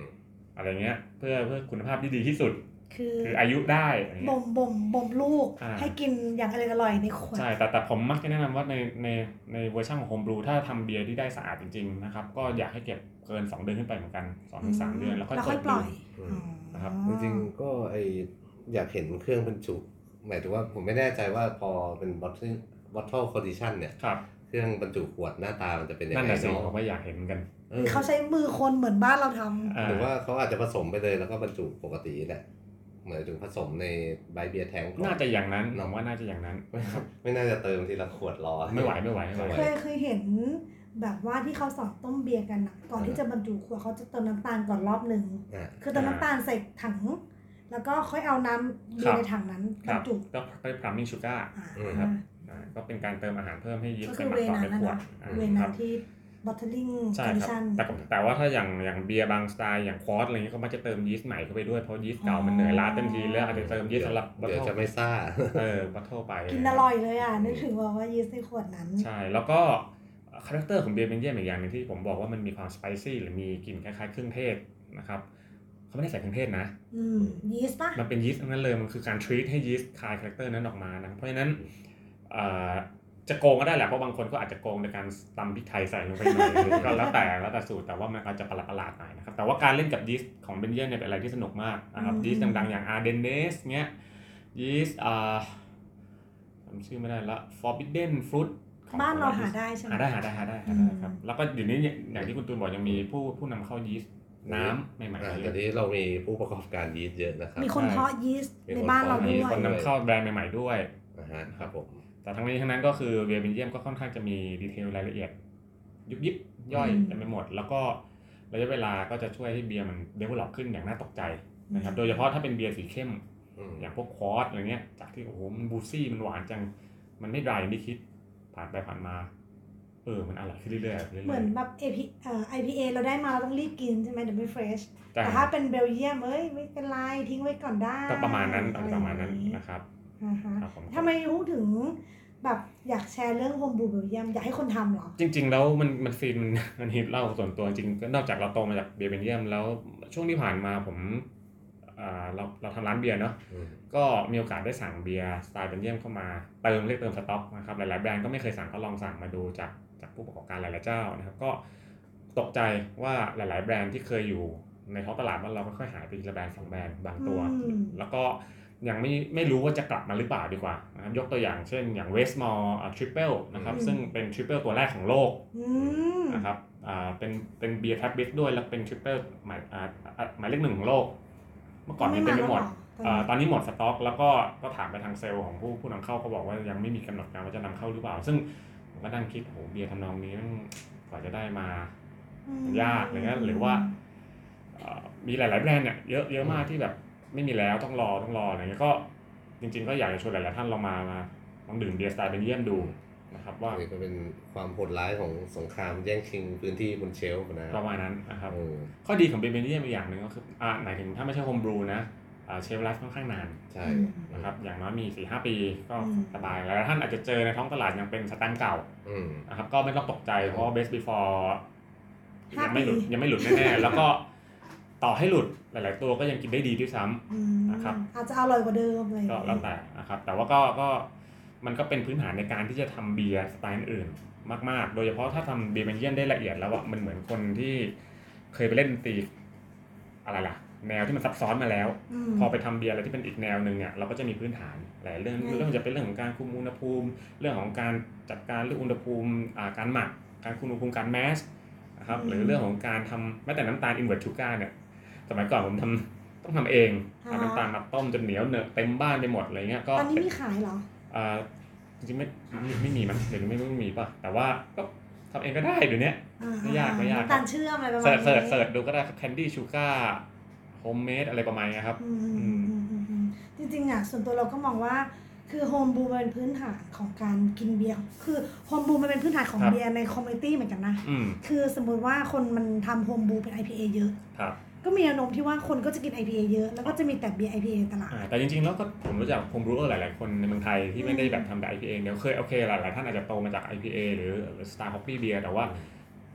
Speaker 2: อะไรเงี้ยเพื่อเพื่อคุณภาพที่ดีที่สุด
Speaker 1: คือ
Speaker 2: คืออายุได้อะไรเงี้
Speaker 1: บ่
Speaker 2: ย
Speaker 1: มบ่มบ่มลูก
Speaker 2: อ่า
Speaker 1: ให้กินอย่างอร่อยๆในขวด
Speaker 2: ใช่แต่แต่ผมมักจะแนะนำว่าในในในเวอร์ชันของโฮมบรูถ้าทำเบียร์ที่ได้สะอาดจริงๆนะครับก็อยากให้เก็บเกิน 2 เดือนขึ้นไปเหมือนกัน2อถึงสามเดือนแล้วค่อย
Speaker 1: แล้วค่อยปล่อย
Speaker 2: เปิด
Speaker 3: อืม
Speaker 1: อ๋อ
Speaker 2: นะครับ
Speaker 3: จริงๆก็ไออยากเห็นเครื่องบรรจุ หมายถึงว่าผมไม่แน่ใจว่าพอเป็นบอทเทิลบอทเทิลคอนดิชันเนี่ย
Speaker 2: ดูครับ
Speaker 3: เครื่องบรรจุขวดหน้าตามันจะเป็นยัง
Speaker 2: นั่น
Speaker 3: ไง
Speaker 2: แหละสิ
Speaker 3: เนาะ
Speaker 2: ผมก็อยากเห็นเหมือนกัน
Speaker 3: เอ
Speaker 1: ห
Speaker 3: อ
Speaker 1: รือเขาใช้มือคนเหมือนบ้านเราทำ
Speaker 2: า
Speaker 3: หรือว่าเขาอาจจะผสมไปเลยแล้วก็บรรจุปกติแหละเหมือนถึงผสมในใบเบียร์แทงก่อ
Speaker 2: น่าจะอย่างนั้นผ
Speaker 3: เนอะ
Speaker 2: มว่าน่าจะอย่างนั้น
Speaker 3: ไม่น่าไม่น่าจะเติมทีละขวดรอ
Speaker 2: ไม่ไหวไม่ไหวไม่ไหว
Speaker 1: เคยเคยเห็นแบบว่าที่เขาสอนต้มเบียร์กันนะก่อนที่จะบรรจุขวดเขาจะเติมน้ำตาลก่อนรอบหนึ่ง
Speaker 3: อ่ะ
Speaker 1: คือเติมน้ำตาลใส่ถัง แล้วก็ค่อยเอาน้ำเบีย
Speaker 2: ครั
Speaker 1: ร์
Speaker 2: บ
Speaker 1: ในถังนั้นบร
Speaker 2: ครั
Speaker 1: ร
Speaker 2: บ
Speaker 1: จุ
Speaker 2: ก็ไปพรัมมิ่งชูการ์
Speaker 1: อ่า
Speaker 3: อืมครับ
Speaker 2: ก็เป็นการเติมอาหารเพิ่มให้ยีส
Speaker 1: ก็
Speaker 2: ต์ไป
Speaker 1: คือ
Speaker 2: หมั
Speaker 1: เว
Speaker 2: กต่อ
Speaker 1: นั้น
Speaker 2: ในข
Speaker 1: นะ
Speaker 2: วด
Speaker 1: นะ
Speaker 2: อ่า
Speaker 1: เว
Speaker 2: ค
Speaker 1: นั้
Speaker 2: รั
Speaker 1: น
Speaker 2: บ
Speaker 1: ที่ bottling
Speaker 2: ใช่ครับ
Speaker 1: condition
Speaker 2: แต่ก็แต่ว่าถ้าอย่างอย่างเบียร์บางสไตล์อย่างควอตอะไรเงี้ยเขามักจะเติมยีสต์ใหม่เข้าไปด้วยเพราะยีสต์เก่ามันเหนื่อยล้าเต็มทีแล้วอาจจะเติมยีสต์สำหรับบัต
Speaker 3: เดี๋ยว
Speaker 2: เทิ
Speaker 3: จะไม่ซ่า
Speaker 2: เออบัตเทิไป
Speaker 1: กินอร่อยเลยอ่ะ นึกถึงว่าว่ายีสต์ในขวดนั้น
Speaker 2: ใช่ แล้วก็คาแรคเตอร์ของเบียร์เบนเยียมอีกอย่างหนึ่งที่ผมบอกว่ามันมีความสไปซี่หรือมีกลิ่นคล้ายๆเครื่องเทศนะครับเขาไม่ได้ใส่เครื่องเทศนะ
Speaker 1: อืมยีสต์ปะ
Speaker 2: มันเป็นยีสต์ทั้งนั้นเลยมันคือการทรีตให้ยีสต์คลายคาแรคเตอร์นั้นออกมานะเพราะฉะนั้นเอ่อจะโกงก็ได้แหละเพราะบางคนก็อาจจะโกงในการตำพริกไทยใส่ลงไปหน่อย ก็แล้วแต่แล้วแต่สูตรแต่ว่ามันอาจจะประหลาดๆหน่อยนะครับแต่ว่าการเล่นกับยีสต์ของเบนเยียมเนี่ยเป็นอะไรที่สนุกมากนะครับยีสต์ดังๆ อย่างอาร์เดนเนสเนี้ยยีสต์อ่าจำชื่อไม่ได้ละฟอร์บิดเดนฟรุต
Speaker 1: บ้านเราหาได้ใช่ไหม
Speaker 2: หาได้หาได้หาได้หา
Speaker 1: อื
Speaker 2: ได้
Speaker 1: ม
Speaker 2: ครับ แล้วก็เดี๋ยวนี้เนี่ยอย่างที่คุณตูนบอกยังมีผู้ผู้นำเข้ายีสต์น้ำใหม่ๆ
Speaker 3: อ่ะ
Speaker 2: เย
Speaker 3: เดี๋ย
Speaker 2: อะ
Speaker 3: วนี้เรามีผู้ประกอบการยีสต์เยอะนะครับ
Speaker 1: มีคนเพาะยีสต์ในบ้านเรา
Speaker 2: มี
Speaker 1: ด้ว
Speaker 2: คน
Speaker 1: ย
Speaker 2: นำเข้าแบรนด์ใหม่ๆด้วย
Speaker 3: นะฮะครับผม
Speaker 2: แต่ทั้งนี้ทั้งนั้นก็คือเวียเบนเยียมก็ค่อนข้างจะมีดีเทลรายละเอียด ยุบยิบย่อย
Speaker 1: อืม
Speaker 2: เต็มไปหมด แล้วก็ระยะเวลาก็จะช่วยให้เบียร์มันเดเวลลอปขึ้นอย่างน่าตกใจนะครับโดยเฉพาะถ้าเป็นเบียร์สีเข้ม
Speaker 3: อืม
Speaker 2: อย่างพวกคอร์สอะไรเงี้ยจากที่โอ้โหมันบูซี่มันหวานจังมันไม่ดรายอย่างที่คิดผ่านไปผ่านมา เออมันอร่อยขึ้นเรื่อยๆเรื่อยๆ
Speaker 1: เหมือนแบบ AP เอ่อ IPA เราได้มาเราต้องรีบกินใช่ไหมเดี๋ยวไม่เฟรช
Speaker 2: จ้ะ
Speaker 1: แต่ถ้าเป็นเบลเยียมเอ้ยไม่เป็นไรทิ้งไว้ก่อนได้
Speaker 2: ก็ประมาณนั้น
Speaker 1: อ
Speaker 2: ประมาณนั้น
Speaker 1: อย่งงี้
Speaker 2: นะครับ
Speaker 1: อ่าฮะ
Speaker 2: ครับผม
Speaker 1: ทำไมรู้ถึงแบบอยากแชร์เรื่องโฮมบูเบลเยียมอยากให้คนทำเหรอ
Speaker 2: จริง ๆ แล้วมันมันฟิน มันฮิตเล่าส่วนตัวจริงก็นอกจากเราโตมาจากเบียร์เบนเยียมแล้วช่วงที่ผ่านมาผมอ่าเราเราทำร้านเบียร์เนาะ
Speaker 3: อืม
Speaker 2: ก็มีโอกาสได้สั่งเบียร์สไตล์เบนเยียมเข้ามาเติมเรียกเติมสต็อกนะครับหลายๆแบรนด์ก็ไม่เคยสั่งก็ลองสั่งมาดูจากจากผู้ประกอบการหลายๆเจ้านะครับก็ตกใจว่าหลาย ๆ แบรนด์ที่เคยอยู่ในท้องตลาดบ้านเราค่อยๆหายไปทีละแบรนด์สองแบรนด์บางตัว
Speaker 1: อืม
Speaker 2: แล้วก็ยังไม่ไม่รู้ว่าจะกลับมาหรือเปล่าดีกว่านะครับยกตัวอย่างเช่นอย่างเวสมอลทริปเปิลนะครับ
Speaker 1: อืม
Speaker 2: ซึ่งเป็นทริปเปิลตัวแรกของโลก
Speaker 1: อืม
Speaker 2: นะครับอ่าเป็นเป็นเบียร์แท็บบิสด้วยแล้วเป็นทริปเปิลหมายอ่าอ่าหมายเลขหนึ่งของโลก เมื่อก่อนนี้เต็มไปหมด
Speaker 1: ไา
Speaker 2: อ่า
Speaker 1: แล้วเรอ
Speaker 2: ตอนนี้หมดสต็อกแล้วก็ก็ถามไปทางเซลล์ของผู้ผู้นำเข้าก็บอกว่ายังไม่มีกำหนดการว่าจะนำเข้าหรือเปล่า ซึ่งผมก็นั่งคิดโอ้โหเบียร์ทำนองนี้มันกว่าจะได้มา
Speaker 1: อืม
Speaker 2: ยากอะไรเงี้ยหรือว่าเอ่อมีหลาย ๆ แบรนด์เนี่ยเยอะเยอะมากที่แบบไม่มีแล้วต้องรอต้องรออะไรเงี้ยก็จริง ๆ ก็อยากจะชวนหลาย ๆ ท่านลองมามาลองดื่มเบียร์สไตล์เบนเยียมดูนะครับว่า
Speaker 3: นี่ก็เป็นความโหดร้ายของสงครามแย่งชิงพื้นที่บนเชลฟ์นะค
Speaker 2: ป
Speaker 3: รั
Speaker 2: ระ
Speaker 3: บ
Speaker 2: มาณนั้นนะครับ
Speaker 3: อืม
Speaker 2: ข้อดีของเบียร์เบนเยียมอีกอย่างหนึ่งก็คืออ่าหมายถึงถ้าไม่ใช่โฮมบรูนะเชฟไลฟ์ค่อนข้างนาน
Speaker 3: ใช่
Speaker 1: อืม
Speaker 2: นะครับอย่างน้อยมี 4-5 ปีก็
Speaker 1: อืม
Speaker 2: สบายหลายๆท่านอาจจะเจอในท้องตลาดยังเป็นสแตนเก่า
Speaker 3: อืม
Speaker 2: นะครับก็ไม่ต้องตกใจเพราะว่า best before
Speaker 1: ห้า
Speaker 2: ยังไม่หลุด
Speaker 1: ปี
Speaker 2: ยังไม่หลุดแน่ๆ แล้วก็ต่อให้หลุดหลาย ๆ ตัวก็ยังกินได้ดีด้วยซ้ำ
Speaker 1: อืม
Speaker 2: นะครับ
Speaker 1: อาจจะอร่อยกว่าเดิมเลย
Speaker 2: ก็แล้วแต่นะครับแต่ว่าก็ก็มันก็เป็นพื้นฐานในการที่จะทำเบียร์สไตล์อื่นมาก ๆ โดยเฉพาะถ้าทำเบียร์เบนเยียนได้ละเอียดแล้วอะมันเหมือนคนที่เคยไปเล่นดนตรีอะไรล่ะ แนวที่มันซับซ้อนมาแล้ว
Speaker 1: ม
Speaker 2: พอไปทำเบียร์อะไรที่เป็นอีกแนวหนึ่งเนี่ยเราก็จะมีพื้นฐานหลายเรื่อง
Speaker 1: อืม
Speaker 2: เรื่องจะเป็นเรื่องของการคุมอุณหภูมิ เรื่องของการจัดการเรื่องอุณหภูมิอ่าการหมัก การคุมอุณหภูมิการแมสนะครับหรือเรื่องของการทำแม้แต่น้ำตาลอินเวอร์ทูก้าเนี่ยสมัยก่อนผมทำต้องทำเองเอาน้ำตาลมาต้มจนเหนียวเหนอะเต็มบ้านไปหมดอะไรเงี้ยก็
Speaker 1: ตอนนี้มีขายเหรอ
Speaker 2: อ่าจริงๆไม่ไม่ไม่มีมั้งเดี๋ยวนี้ไม่ไม่มีป่ะแต่ว่าก็ท ทำเองก็ได้เดี๋ยวนี้
Speaker 1: อ่
Speaker 2: ไม่ยากไม่ยาก
Speaker 1: น้ำตาลเชื่อมอะไรประมาณ
Speaker 2: เสิร์ช
Speaker 1: นี้
Speaker 2: เสิร์ชเสิร์ชดูก็ได้ครับแคนดี้ชูการ์โฮมเมดอะไรประมาณเนี้ยครับ
Speaker 1: อืมอืมอืมอืมอืมจริงๆอ่ะส่วนตัวเราก็มองว่าคือโฮมบูมันเป็นพื้นฐานของการกินเบียร์คือโฮมบูมันเป็นพื้นฐานของ
Speaker 2: ครับ
Speaker 1: เบียร์ในคอมมูนิตี้เหมือนกันนะ
Speaker 2: อืม
Speaker 1: คือสมมุติว่าคนมันทำโฮมบูเป็น IPA เยอะ
Speaker 2: ครับ
Speaker 1: ก็มีแนวโน้มที่ว่าคนก็จะกิน IPA เยอะแล้วก็จะมีแต่เบียร์ IPA ในตลาด
Speaker 2: อ่าแต่จริงๆแล้วก็ผมรู้จักผมรู้ว่าหลายๆคนในเมืองไทยที่ไม่ได้แบบทำแต่ IPA เดี๋ยวเคยโอเคหลายๆท่านอาจจะโตมาจาก IPA หรือ Star Hoppy Beer แต่ว่า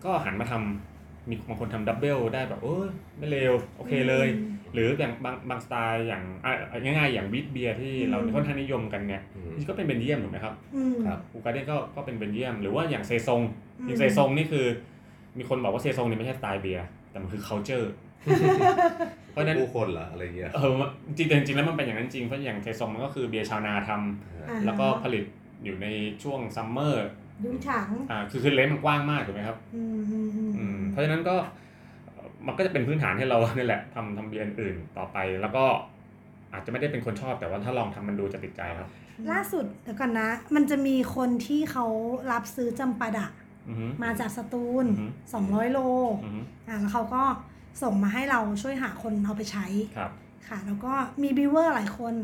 Speaker 2: ก็หันมาทำมีบางคนทำดับเบิลได้แบบเออไม่เลวโอเคเลย หรืออย่างบางบางสไตล์อย่างอ่ะง่ายๆอย่างวิทเบียร์ที่เรา
Speaker 1: อืม
Speaker 2: ค่อนข้างนิยมกันเนี่ย
Speaker 3: อืม
Speaker 2: นี่ก็เป็นเบนเยียมถูกไหมครับ
Speaker 1: อืม
Speaker 3: ครับ
Speaker 2: อูการ์เด้ก็ก็เป็นเบนเยียม หรือว่าอย่างเซซง
Speaker 1: อืม
Speaker 2: อย่างเซซงนี่คือ มีคนบอกว่าเซซงเนี่ยไม่ใช่สไตล์เบียร์แต่มันคือ culture เพราะฉะนั้น
Speaker 3: ผู้คนเหรออะไรเงี้ย
Speaker 2: เออจริงๆจริงๆแล้วมันเป็นอย่างนั้นจริงเพราะอย่างเซซงมันก็คือเบียร์ชาวนาทำ
Speaker 1: อ่า
Speaker 2: แล้วก็ผลิตอยู่ในช่วงซัมเมอร์
Speaker 1: ยุ้งฉาง
Speaker 2: อ่าคือคือเลนส์มันกว้างมากถูกไหมครับ
Speaker 1: อืมอืมอืม
Speaker 2: อืมเพราะฉะนั้นก็เอ่อมันก็จะเป็นพื้นฐานให้เรา เนี่ยแหละทำทำเบียร์อื่นต่อไป แล้วก็อาจจะไม่ได้เป็นคนชอบแต่ว่าถ้าลองทำมันดูจะติดใจครับ
Speaker 1: ล่าสุดเดี๋ยวก่อนนะ มันจะมีคนที่เขารับซื้อจำปาดะ
Speaker 2: อือฮึ
Speaker 1: มาจากสตูล
Speaker 2: อือฮึ
Speaker 1: 200 โล
Speaker 2: อือฮึ
Speaker 1: อ่ะแล้วเขาก็ส่งมาให้เราช่วยหาคนเอาไปใช้
Speaker 2: ครับ
Speaker 1: ค่ะ แล้วก็มีบิวเวอร์หลายคน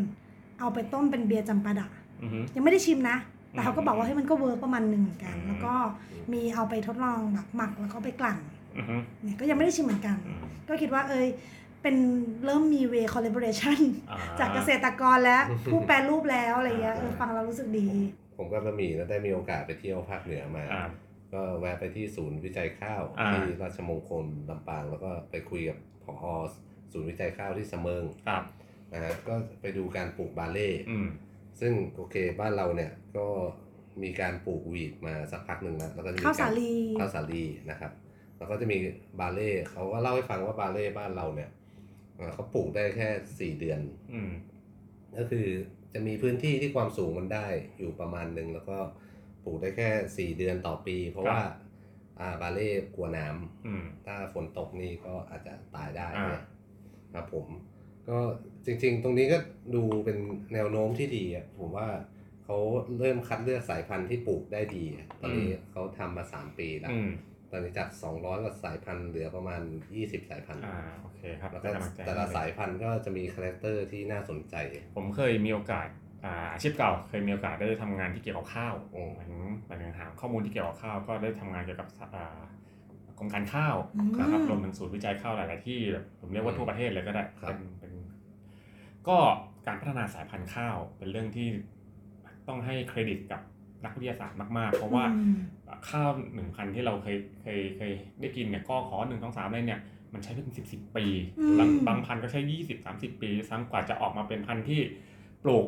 Speaker 1: เอาไปต้มเป็นเบียร์จำปาดะ
Speaker 2: อือฮึ
Speaker 1: ยังไม่ได้ชิมนะ แต่เขาก็
Speaker 2: อืม
Speaker 1: บอกว่าเฮ้ยมันก็เวิร์กประมาณหนึ่งเหมือนกัน
Speaker 2: อืม
Speaker 1: แล้วก็มีเอาไปทดลองแบบหมักแล้วก็ไปกลั่น
Speaker 2: อือฮึ
Speaker 1: เนี่ยก็ยังไม่ได้ชิมเหมือนกัน
Speaker 2: อืม
Speaker 1: ก็คิดว่าเอยเป็นเริ่มมีเวคอลเลบอเรชัน
Speaker 2: อ่
Speaker 1: จากเกษตรกรและผู้แปรรูปแล้วอะไรเงี้ยเออฟังเรารู้สึกดี
Speaker 3: ผมก็บะหมี่แล้วได้มีโอกาสไปเที่ยวภาคเหนือมา
Speaker 2: อ่า
Speaker 3: ก็แวะไปที่ศูนย์วิจัยข้าว
Speaker 2: อ่า
Speaker 3: ที่ราชมงคลลำปาง แล้วก็ไปคุยกับผอศูนย์วิจัยข้าวที่สะเมิง
Speaker 2: ครับ
Speaker 3: นะฮะก็ไปดูการปลูกบาเล่
Speaker 2: อืม
Speaker 3: ซึ่งโอเคบ้านเราเนี่ยก็มีการปลูกวีดมาสักพักหนึ่งแล้วแล้วก็จะมี
Speaker 1: ข้าวสาก
Speaker 3: ร
Speaker 1: ลี
Speaker 3: ข้าวสาลีนะครับ แล้วก็จะมีบาเล่เขาก็เล่าให้ฟังว่าบาเล่บ้านเราเนี่ยเอ่อเขาปลูกได้แค่สี่เดือน
Speaker 2: อืม
Speaker 3: ก็คือจะมีพื้นที่ที่ความสูงมันได้อยู่ประมาณหนึ่งแล้วก็ปลูกได้แค่สี่เดือนต่อปี เพราะ
Speaker 2: ครับ
Speaker 3: ว่าอ่าบาเล่กลัวน้ำ
Speaker 2: อืม
Speaker 3: ถ้าฝนตกนี่ก็อาจจะตายได้
Speaker 2: อ่า
Speaker 3: นะครับผม ก็จริงๆ ตรงนี้ก็ดูเป็นแนวโน้มที่ดีอะผมว่าเขาเริ่มคัดเลือกสายพันธุ์ที่ปลูกได้ดีอะตอนนี้เขาทำมา 3 ปีแล้ว
Speaker 2: อืม
Speaker 3: ตอนนี้จาก 200กว่าสายพันธุ์เหลือประมาณ 20 สายพันธุ์
Speaker 2: อ่าโอเคครับ
Speaker 3: แล้วก็
Speaker 2: เป็นกำงใจ
Speaker 3: แต่ละสายพันธุ์ก็จะมีคาแรคเตอร์ที่น่าสนใจ
Speaker 2: ผมเคยมีโอกาสอ่าอาชีพเก่าเคยมีโอกาสได้ทำงานที่เกี่ยวกับข้าว
Speaker 3: โอ้
Speaker 2: หมายถึงหมายถึงหาข้อมูลที่เกี่ยวกับข้าวก็ได้ทำงานเกี่ยวกับอ่ากรมการข้าว
Speaker 1: อืม
Speaker 2: นะครับรวมถึงศูนย์วิจัยข้าวหลาย ๆ ที่แบบผมเรียกว่าทั่วประเทศเลยก็ได้
Speaker 3: ครับ
Speaker 2: เป็นเป็นก็การพัฒนาสายพันธุ์ข้าว เป็นเรื่องที่ต้องให้เครดิตกับนักวิทยาศาสตร์มาก ๆ เพราะว่า
Speaker 1: อืม
Speaker 2: ข้าวหนึ่งพันธุ์ที่เราเคยเคยเคยได้กินเนี่ยก็ขอหนึ่งสองสามเลยเนี่ยมันใช้เป็นสิบสิบปี
Speaker 1: อืม
Speaker 2: บางบางพันธุ์ก็ใช้ยี่สิบสามสิบปีซ้ำกว่าจะออกมาเป็นพันธุ์ที่ปลูก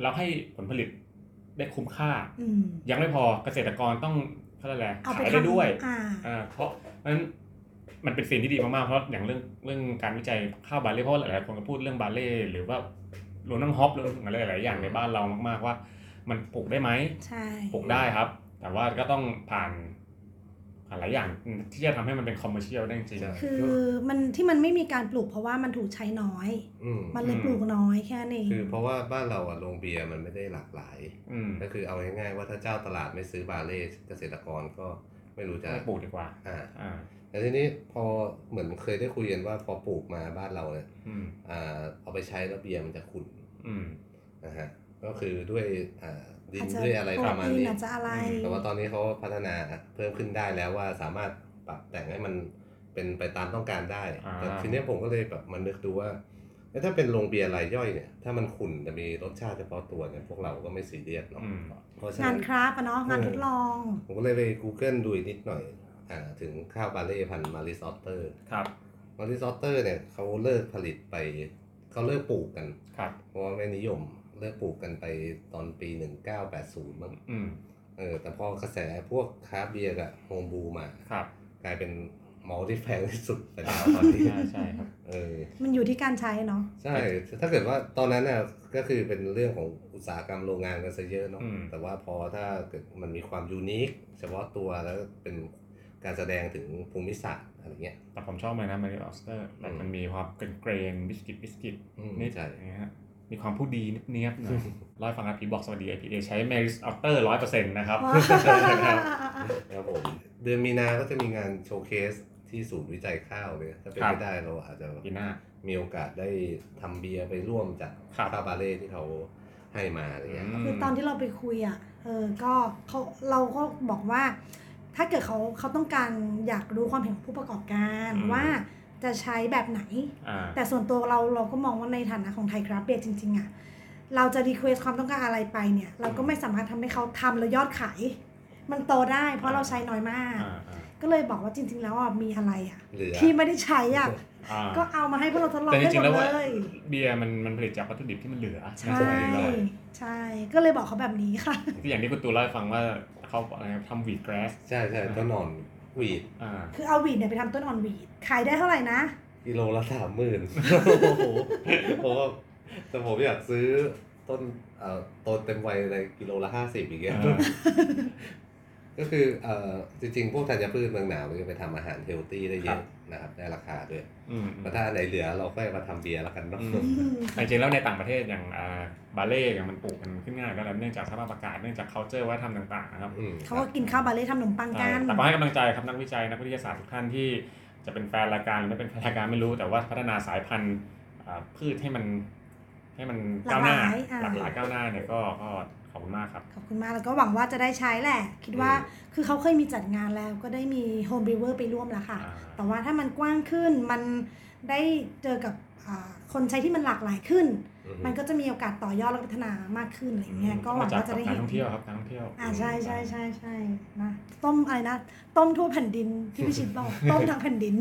Speaker 2: แล้วให้ผลผลิตได้คุ้มค่า
Speaker 1: อืม
Speaker 2: ยังไม่พอเกษตรกรต้องเขาเรียกอะไร
Speaker 1: เอา
Speaker 2: ขา
Speaker 1: ไป
Speaker 2: ยได้
Speaker 1: ทำ
Speaker 2: ด้วย
Speaker 1: อ่า
Speaker 2: อ่าเพราะเพราะฉะนั้นมันเป็นสิ่งที่ดีมากๆ เพราะอย่างเรื่องเรื่องการวิจัยข้าวบาเล่เพราะหลายๆคนก็พูดเรื่องบาเล่หรือว่ารวมทั้งฮอปรวมถึงอะไรหลายๆอย่างในบ้านเรามากๆว่า มันปลูกได้ไหม
Speaker 1: ใช่
Speaker 2: ปลูกได้ครับ แต่ว่าก็ต้องผ่านผ่านหลายอย่างที่จะทำให้มันเป็นคอมเมอร์เชียลได้จริง
Speaker 3: ใช่
Speaker 1: คือมันที่มันไม่มีการปลูกเพราะว่ามันถูกใช้น้อย
Speaker 3: อืม
Speaker 1: มันเลย
Speaker 2: อืม
Speaker 1: ปลูกน้อยแค่นี้นเอง
Speaker 3: คือเพราะว่าบ้านเราอะโรงเบียร์มันไม่ได้หลากหลาย
Speaker 2: อืม
Speaker 3: ก็คือเอาง่ายๆว่าถ้าเจ้าตลาดไม่ซื้อบาเล่เกษตรกรก็ไม่รู้จะ
Speaker 2: ไม่ปลูกดีกว่า
Speaker 3: อ่า
Speaker 2: อ่า
Speaker 3: แต่ทีนี้พอเหมือนเคยได้คุยกันว่าพอปลูกมาบ้านเราเนี่ย
Speaker 2: อืม
Speaker 3: อ่าเอาไปใช้แล้วเบียร์มันจะขุ่น
Speaker 2: อืม
Speaker 3: นะฮะก็คือด้วยอ่าดิ
Speaker 1: อาจ
Speaker 3: น
Speaker 1: จะ
Speaker 3: ด้วยอะไรประมาณ
Speaker 1: โปตี
Speaker 3: นี้
Speaker 1: อาจจะอะไร
Speaker 2: อืม
Speaker 3: แต่ว่าตอนนี้เขาพัฒนาเพิ่มขึ้นได้แล้วว่าสามารถปรับแต่งให้มันเป็นไปตามต้องการได้
Speaker 2: อ่า
Speaker 3: แต่ทีเนี้ยผมก็เลยแบบมันนึกดูว่าเอ๊ะถ้าเป็นโรงเบียร์รายย่อยเนี่ยถ้ามันขุ่นแต่มีรสชาติเฉพาะตัวเนี่ยพวกเราก็ไม่สีเรียสเนาะ
Speaker 2: อืม
Speaker 3: เพราะฉะ
Speaker 1: งา
Speaker 3: นั้น น
Speaker 1: คราฟต์อะเนาะงาน
Speaker 3: เออ
Speaker 1: ทดลอง
Speaker 3: ผมก็เลยไป Google ดูอีกนิดหน่อยอาถึงข้าวบาเล่พันธุ์มาริสออเตอร์
Speaker 2: ครับ
Speaker 3: มอริซอตเตอร์เนี่ยเขาเลิกผลิตไปเขาเลิกปลูกกัน
Speaker 2: ครับ
Speaker 3: เพราะว่าไม่นิยมเลิกปลูกกันไปตอนปี 1980มั้ง
Speaker 2: อืม
Speaker 3: เออแต่พอกระแสพวกคราฟต์เบียร์กับโฮมบูมา
Speaker 2: ครับ
Speaker 3: กลายเป็นมอลที่แพงที่สุดไปแล้วตอนนี้
Speaker 2: ใช่ใช่ครับ
Speaker 3: เออ
Speaker 1: มันอยู่ที่การใช้เนาะ
Speaker 3: ใช่ ถ้าเกิดว่าตอนนั้นน่ะก็คือเป็นเรื่องของอุตสาหกรรมโรงงานกันซะเยอะเนาะ
Speaker 2: อืม
Speaker 3: แต่ว่าพอถ้าเกิดมันมีความยูนิคเฉพาะตัวแล้วเป็นการแสดงถึงภูมิศาสตร์อะไรเงี้ย
Speaker 2: แต่ผมชอบมันนะมาริออสเตอร์แบบมันมีความเกรนๆบิสกิตบิสกิต
Speaker 3: อืม
Speaker 2: นิด
Speaker 3: ใช่
Speaker 2: อย่างเงี้ยฮะมีความพูดดีเนียบๆหน่อย ร้อยฟังครับพี่บอกสวัสดี IPA ใช้ Maris Otter ร้อยเปอร์เซ็นต์นะครับ
Speaker 1: ว้า
Speaker 2: ใช่ครับ
Speaker 1: ว
Speaker 3: ครับผม เดือนมีนาก็จะมีงานโชว์เคสที่ศูนย์วิจัยข้าวเลยถ้าเป็น
Speaker 2: ครับ
Speaker 3: ไม่ได้เราอาจจะ
Speaker 2: ปีหน้า
Speaker 3: มีโอกาสได้ทำเบียร์ไปร่วมจาก
Speaker 2: ครับ
Speaker 3: คาบาเร่ที่เขาให้มาอะไรเงี้ยครับ
Speaker 2: ม
Speaker 1: คือตอนที่เราไปคุยอ่ะ เออ ก็เขาเราก็บอกว่า ถ้าเกิดเขาเขาต้องการอยากรู้ความเห็นของผู้ประกอบการ
Speaker 2: อืม
Speaker 1: ว่าจะใช้แบบไหน
Speaker 2: อ่า
Speaker 1: แต่ส่วนตัวเราเราก็มองว่าในฐานะของไทยครับเบียจริงๆอ่ะ เราจะรีเควสความต้องการอะไรไปเนี่ย เราก็ไม่สามารถทำให้เขาทำแล้วยอดขาย มันโตได้เพราะเราใช้น้อยมาก
Speaker 2: อ่าอ่า
Speaker 1: ก็เลยบอกว่าจริง ๆ แล้วอ่ะมีอะไรอ่ะ
Speaker 3: เหลือ
Speaker 1: ที่ไม่ได้ใช้อ่ะ
Speaker 2: อ่า
Speaker 1: ก็เอามาให้พวกเราทดลอง
Speaker 2: แต่จ
Speaker 1: ได้
Speaker 2: ริงๆ
Speaker 1: หม
Speaker 2: แล้ว
Speaker 1: ด
Speaker 2: ว่า
Speaker 1: เลย
Speaker 2: เบียร์มันมันผลิตจากวัตถุดิบที่มันเหลือ
Speaker 1: ใช่
Speaker 2: สมัยก่อน
Speaker 1: ใช่ก็เลยบอกเขาแบบนี้ค่ะ
Speaker 2: ที่อย่างที่คุณตูเล่าให้ฟังว่าเขาอะไรนะทำวีดแกรส
Speaker 3: ใช่ใช่ต้นหนอนหวีด
Speaker 2: อ่า
Speaker 1: คือเอาหวีดเนี่ยไปทำต้นออนหวีดขายได้เท่าไหร่นะ
Speaker 3: กิโลละสามหมื่น โอ้โหผมว่าแต่ผมอยากซื้อต้นเอ่อต้นเต็มวัยอะไรกิโลละห้าสิบอย่างเงี้ย
Speaker 2: อ่า
Speaker 3: ก็คือเอ่อจริงๆ พวกธัญพืชเมืองหนาวเราจะไปทำอาหารเฮลตี้ได้เย
Speaker 2: ครั
Speaker 3: อะ
Speaker 2: บ
Speaker 3: นะครับได้ราคาด้วย
Speaker 2: อืม
Speaker 3: แต่ถ้าอันไหนเหลือเราก็มาทำเบียร์แล้วกันเนาะ
Speaker 2: อืม แต่จริงๆแล้วในต่างประเทศอย่างอ่าบาเล่อย่างมันปลูกกันขึ้นง่ายแล้วแหละเนื่องจากสภาพอากาศเนื่องจาก culture วัฒนธรรมต่างๆนะครับ
Speaker 3: อืม
Speaker 1: เขาก็กินข้าวบาเล่ทำขนมปัง
Speaker 2: ใช่
Speaker 1: กัน
Speaker 2: แต่ก็ให้กำลังใจครับนักวิจัยนักวิทยาศาสตร์ทุกท่านที่จะเป็นแฟนรายการหรือไม่เป็นแฟนรายการไม่รู้แต่ว่าพัฒนาสายพันธุ์อ่าพืชให้มันให้มันก้าวหน้าหลากหลายก้าวหน้าเนี่ยก็ก็ขอบคุณมากครับ
Speaker 1: ขอบคุณมากแล้วก็หวังว่าจะได้ใช้แหละ คิดว่าคือเขาเคยมีจัดงานแล้วก็ได้มีโฮมบ r ิเวอร์ไปร่วมแล้วค่ะ
Speaker 2: อ่า
Speaker 1: แต่ว่าถ้ามันกว้างขึ้นมันได้เจอกับอ่าคนใช้ที่มันหลากหลายขึ้น
Speaker 3: อืม
Speaker 1: มันก็จะมีโอกาสต่อยอดและพัฒนามากขึ้นอะไรอย่างเงี้ยก็หวังว่าจะได้
Speaker 2: กา
Speaker 1: เห็
Speaker 2: ร
Speaker 1: น
Speaker 2: ท่องเที่ยวครับการท่องเที่ยว
Speaker 1: อ่าใช่ใช่ใช่ใช่นะต้มอะไรนะ ต้มทั่วแผ่นดินที่พี่ชิดบอก ต้มทั้งแผ่นดิน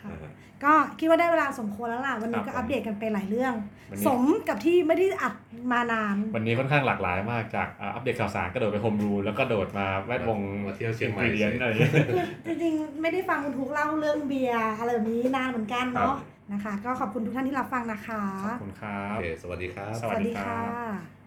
Speaker 1: ค่ะ
Speaker 3: อ่าฮะ
Speaker 1: ก็คิดว่าได้เวลาสมควรแล้วล่ะ วันนี้
Speaker 2: ครั
Speaker 1: ก็
Speaker 2: บผม
Speaker 1: อัปเดตกันไปหลายเรื่อง
Speaker 2: วันนี้
Speaker 1: สมกับที่ไม่ได้อัดมานาน
Speaker 2: วันนี้ค่อนข้างหลากหลายมากจากอ่าอัปเดตข่าวสารกระโดดไปโฮมรูแล้วก็โดดมาแวดวง
Speaker 3: มาเที่ยวเชียงใหม่
Speaker 2: อินกรีดีนต์อะไรอย่างเงี้ย
Speaker 1: คือจริงๆ ไม่ได้ฟังคุณทุกเล่าเรื่องเบียร์อะไรแบบนี้นานเหมือนกันเนาะ
Speaker 2: ครับ
Speaker 1: นะคะ ก็ขอบคุณทุกท่านที่รับฟังนะคะ
Speaker 2: ขอบคุณครั
Speaker 3: โอบ เคสวัสดีครับ
Speaker 2: สวัสดีครั
Speaker 1: ส
Speaker 2: บ
Speaker 1: วัสดีค่ะ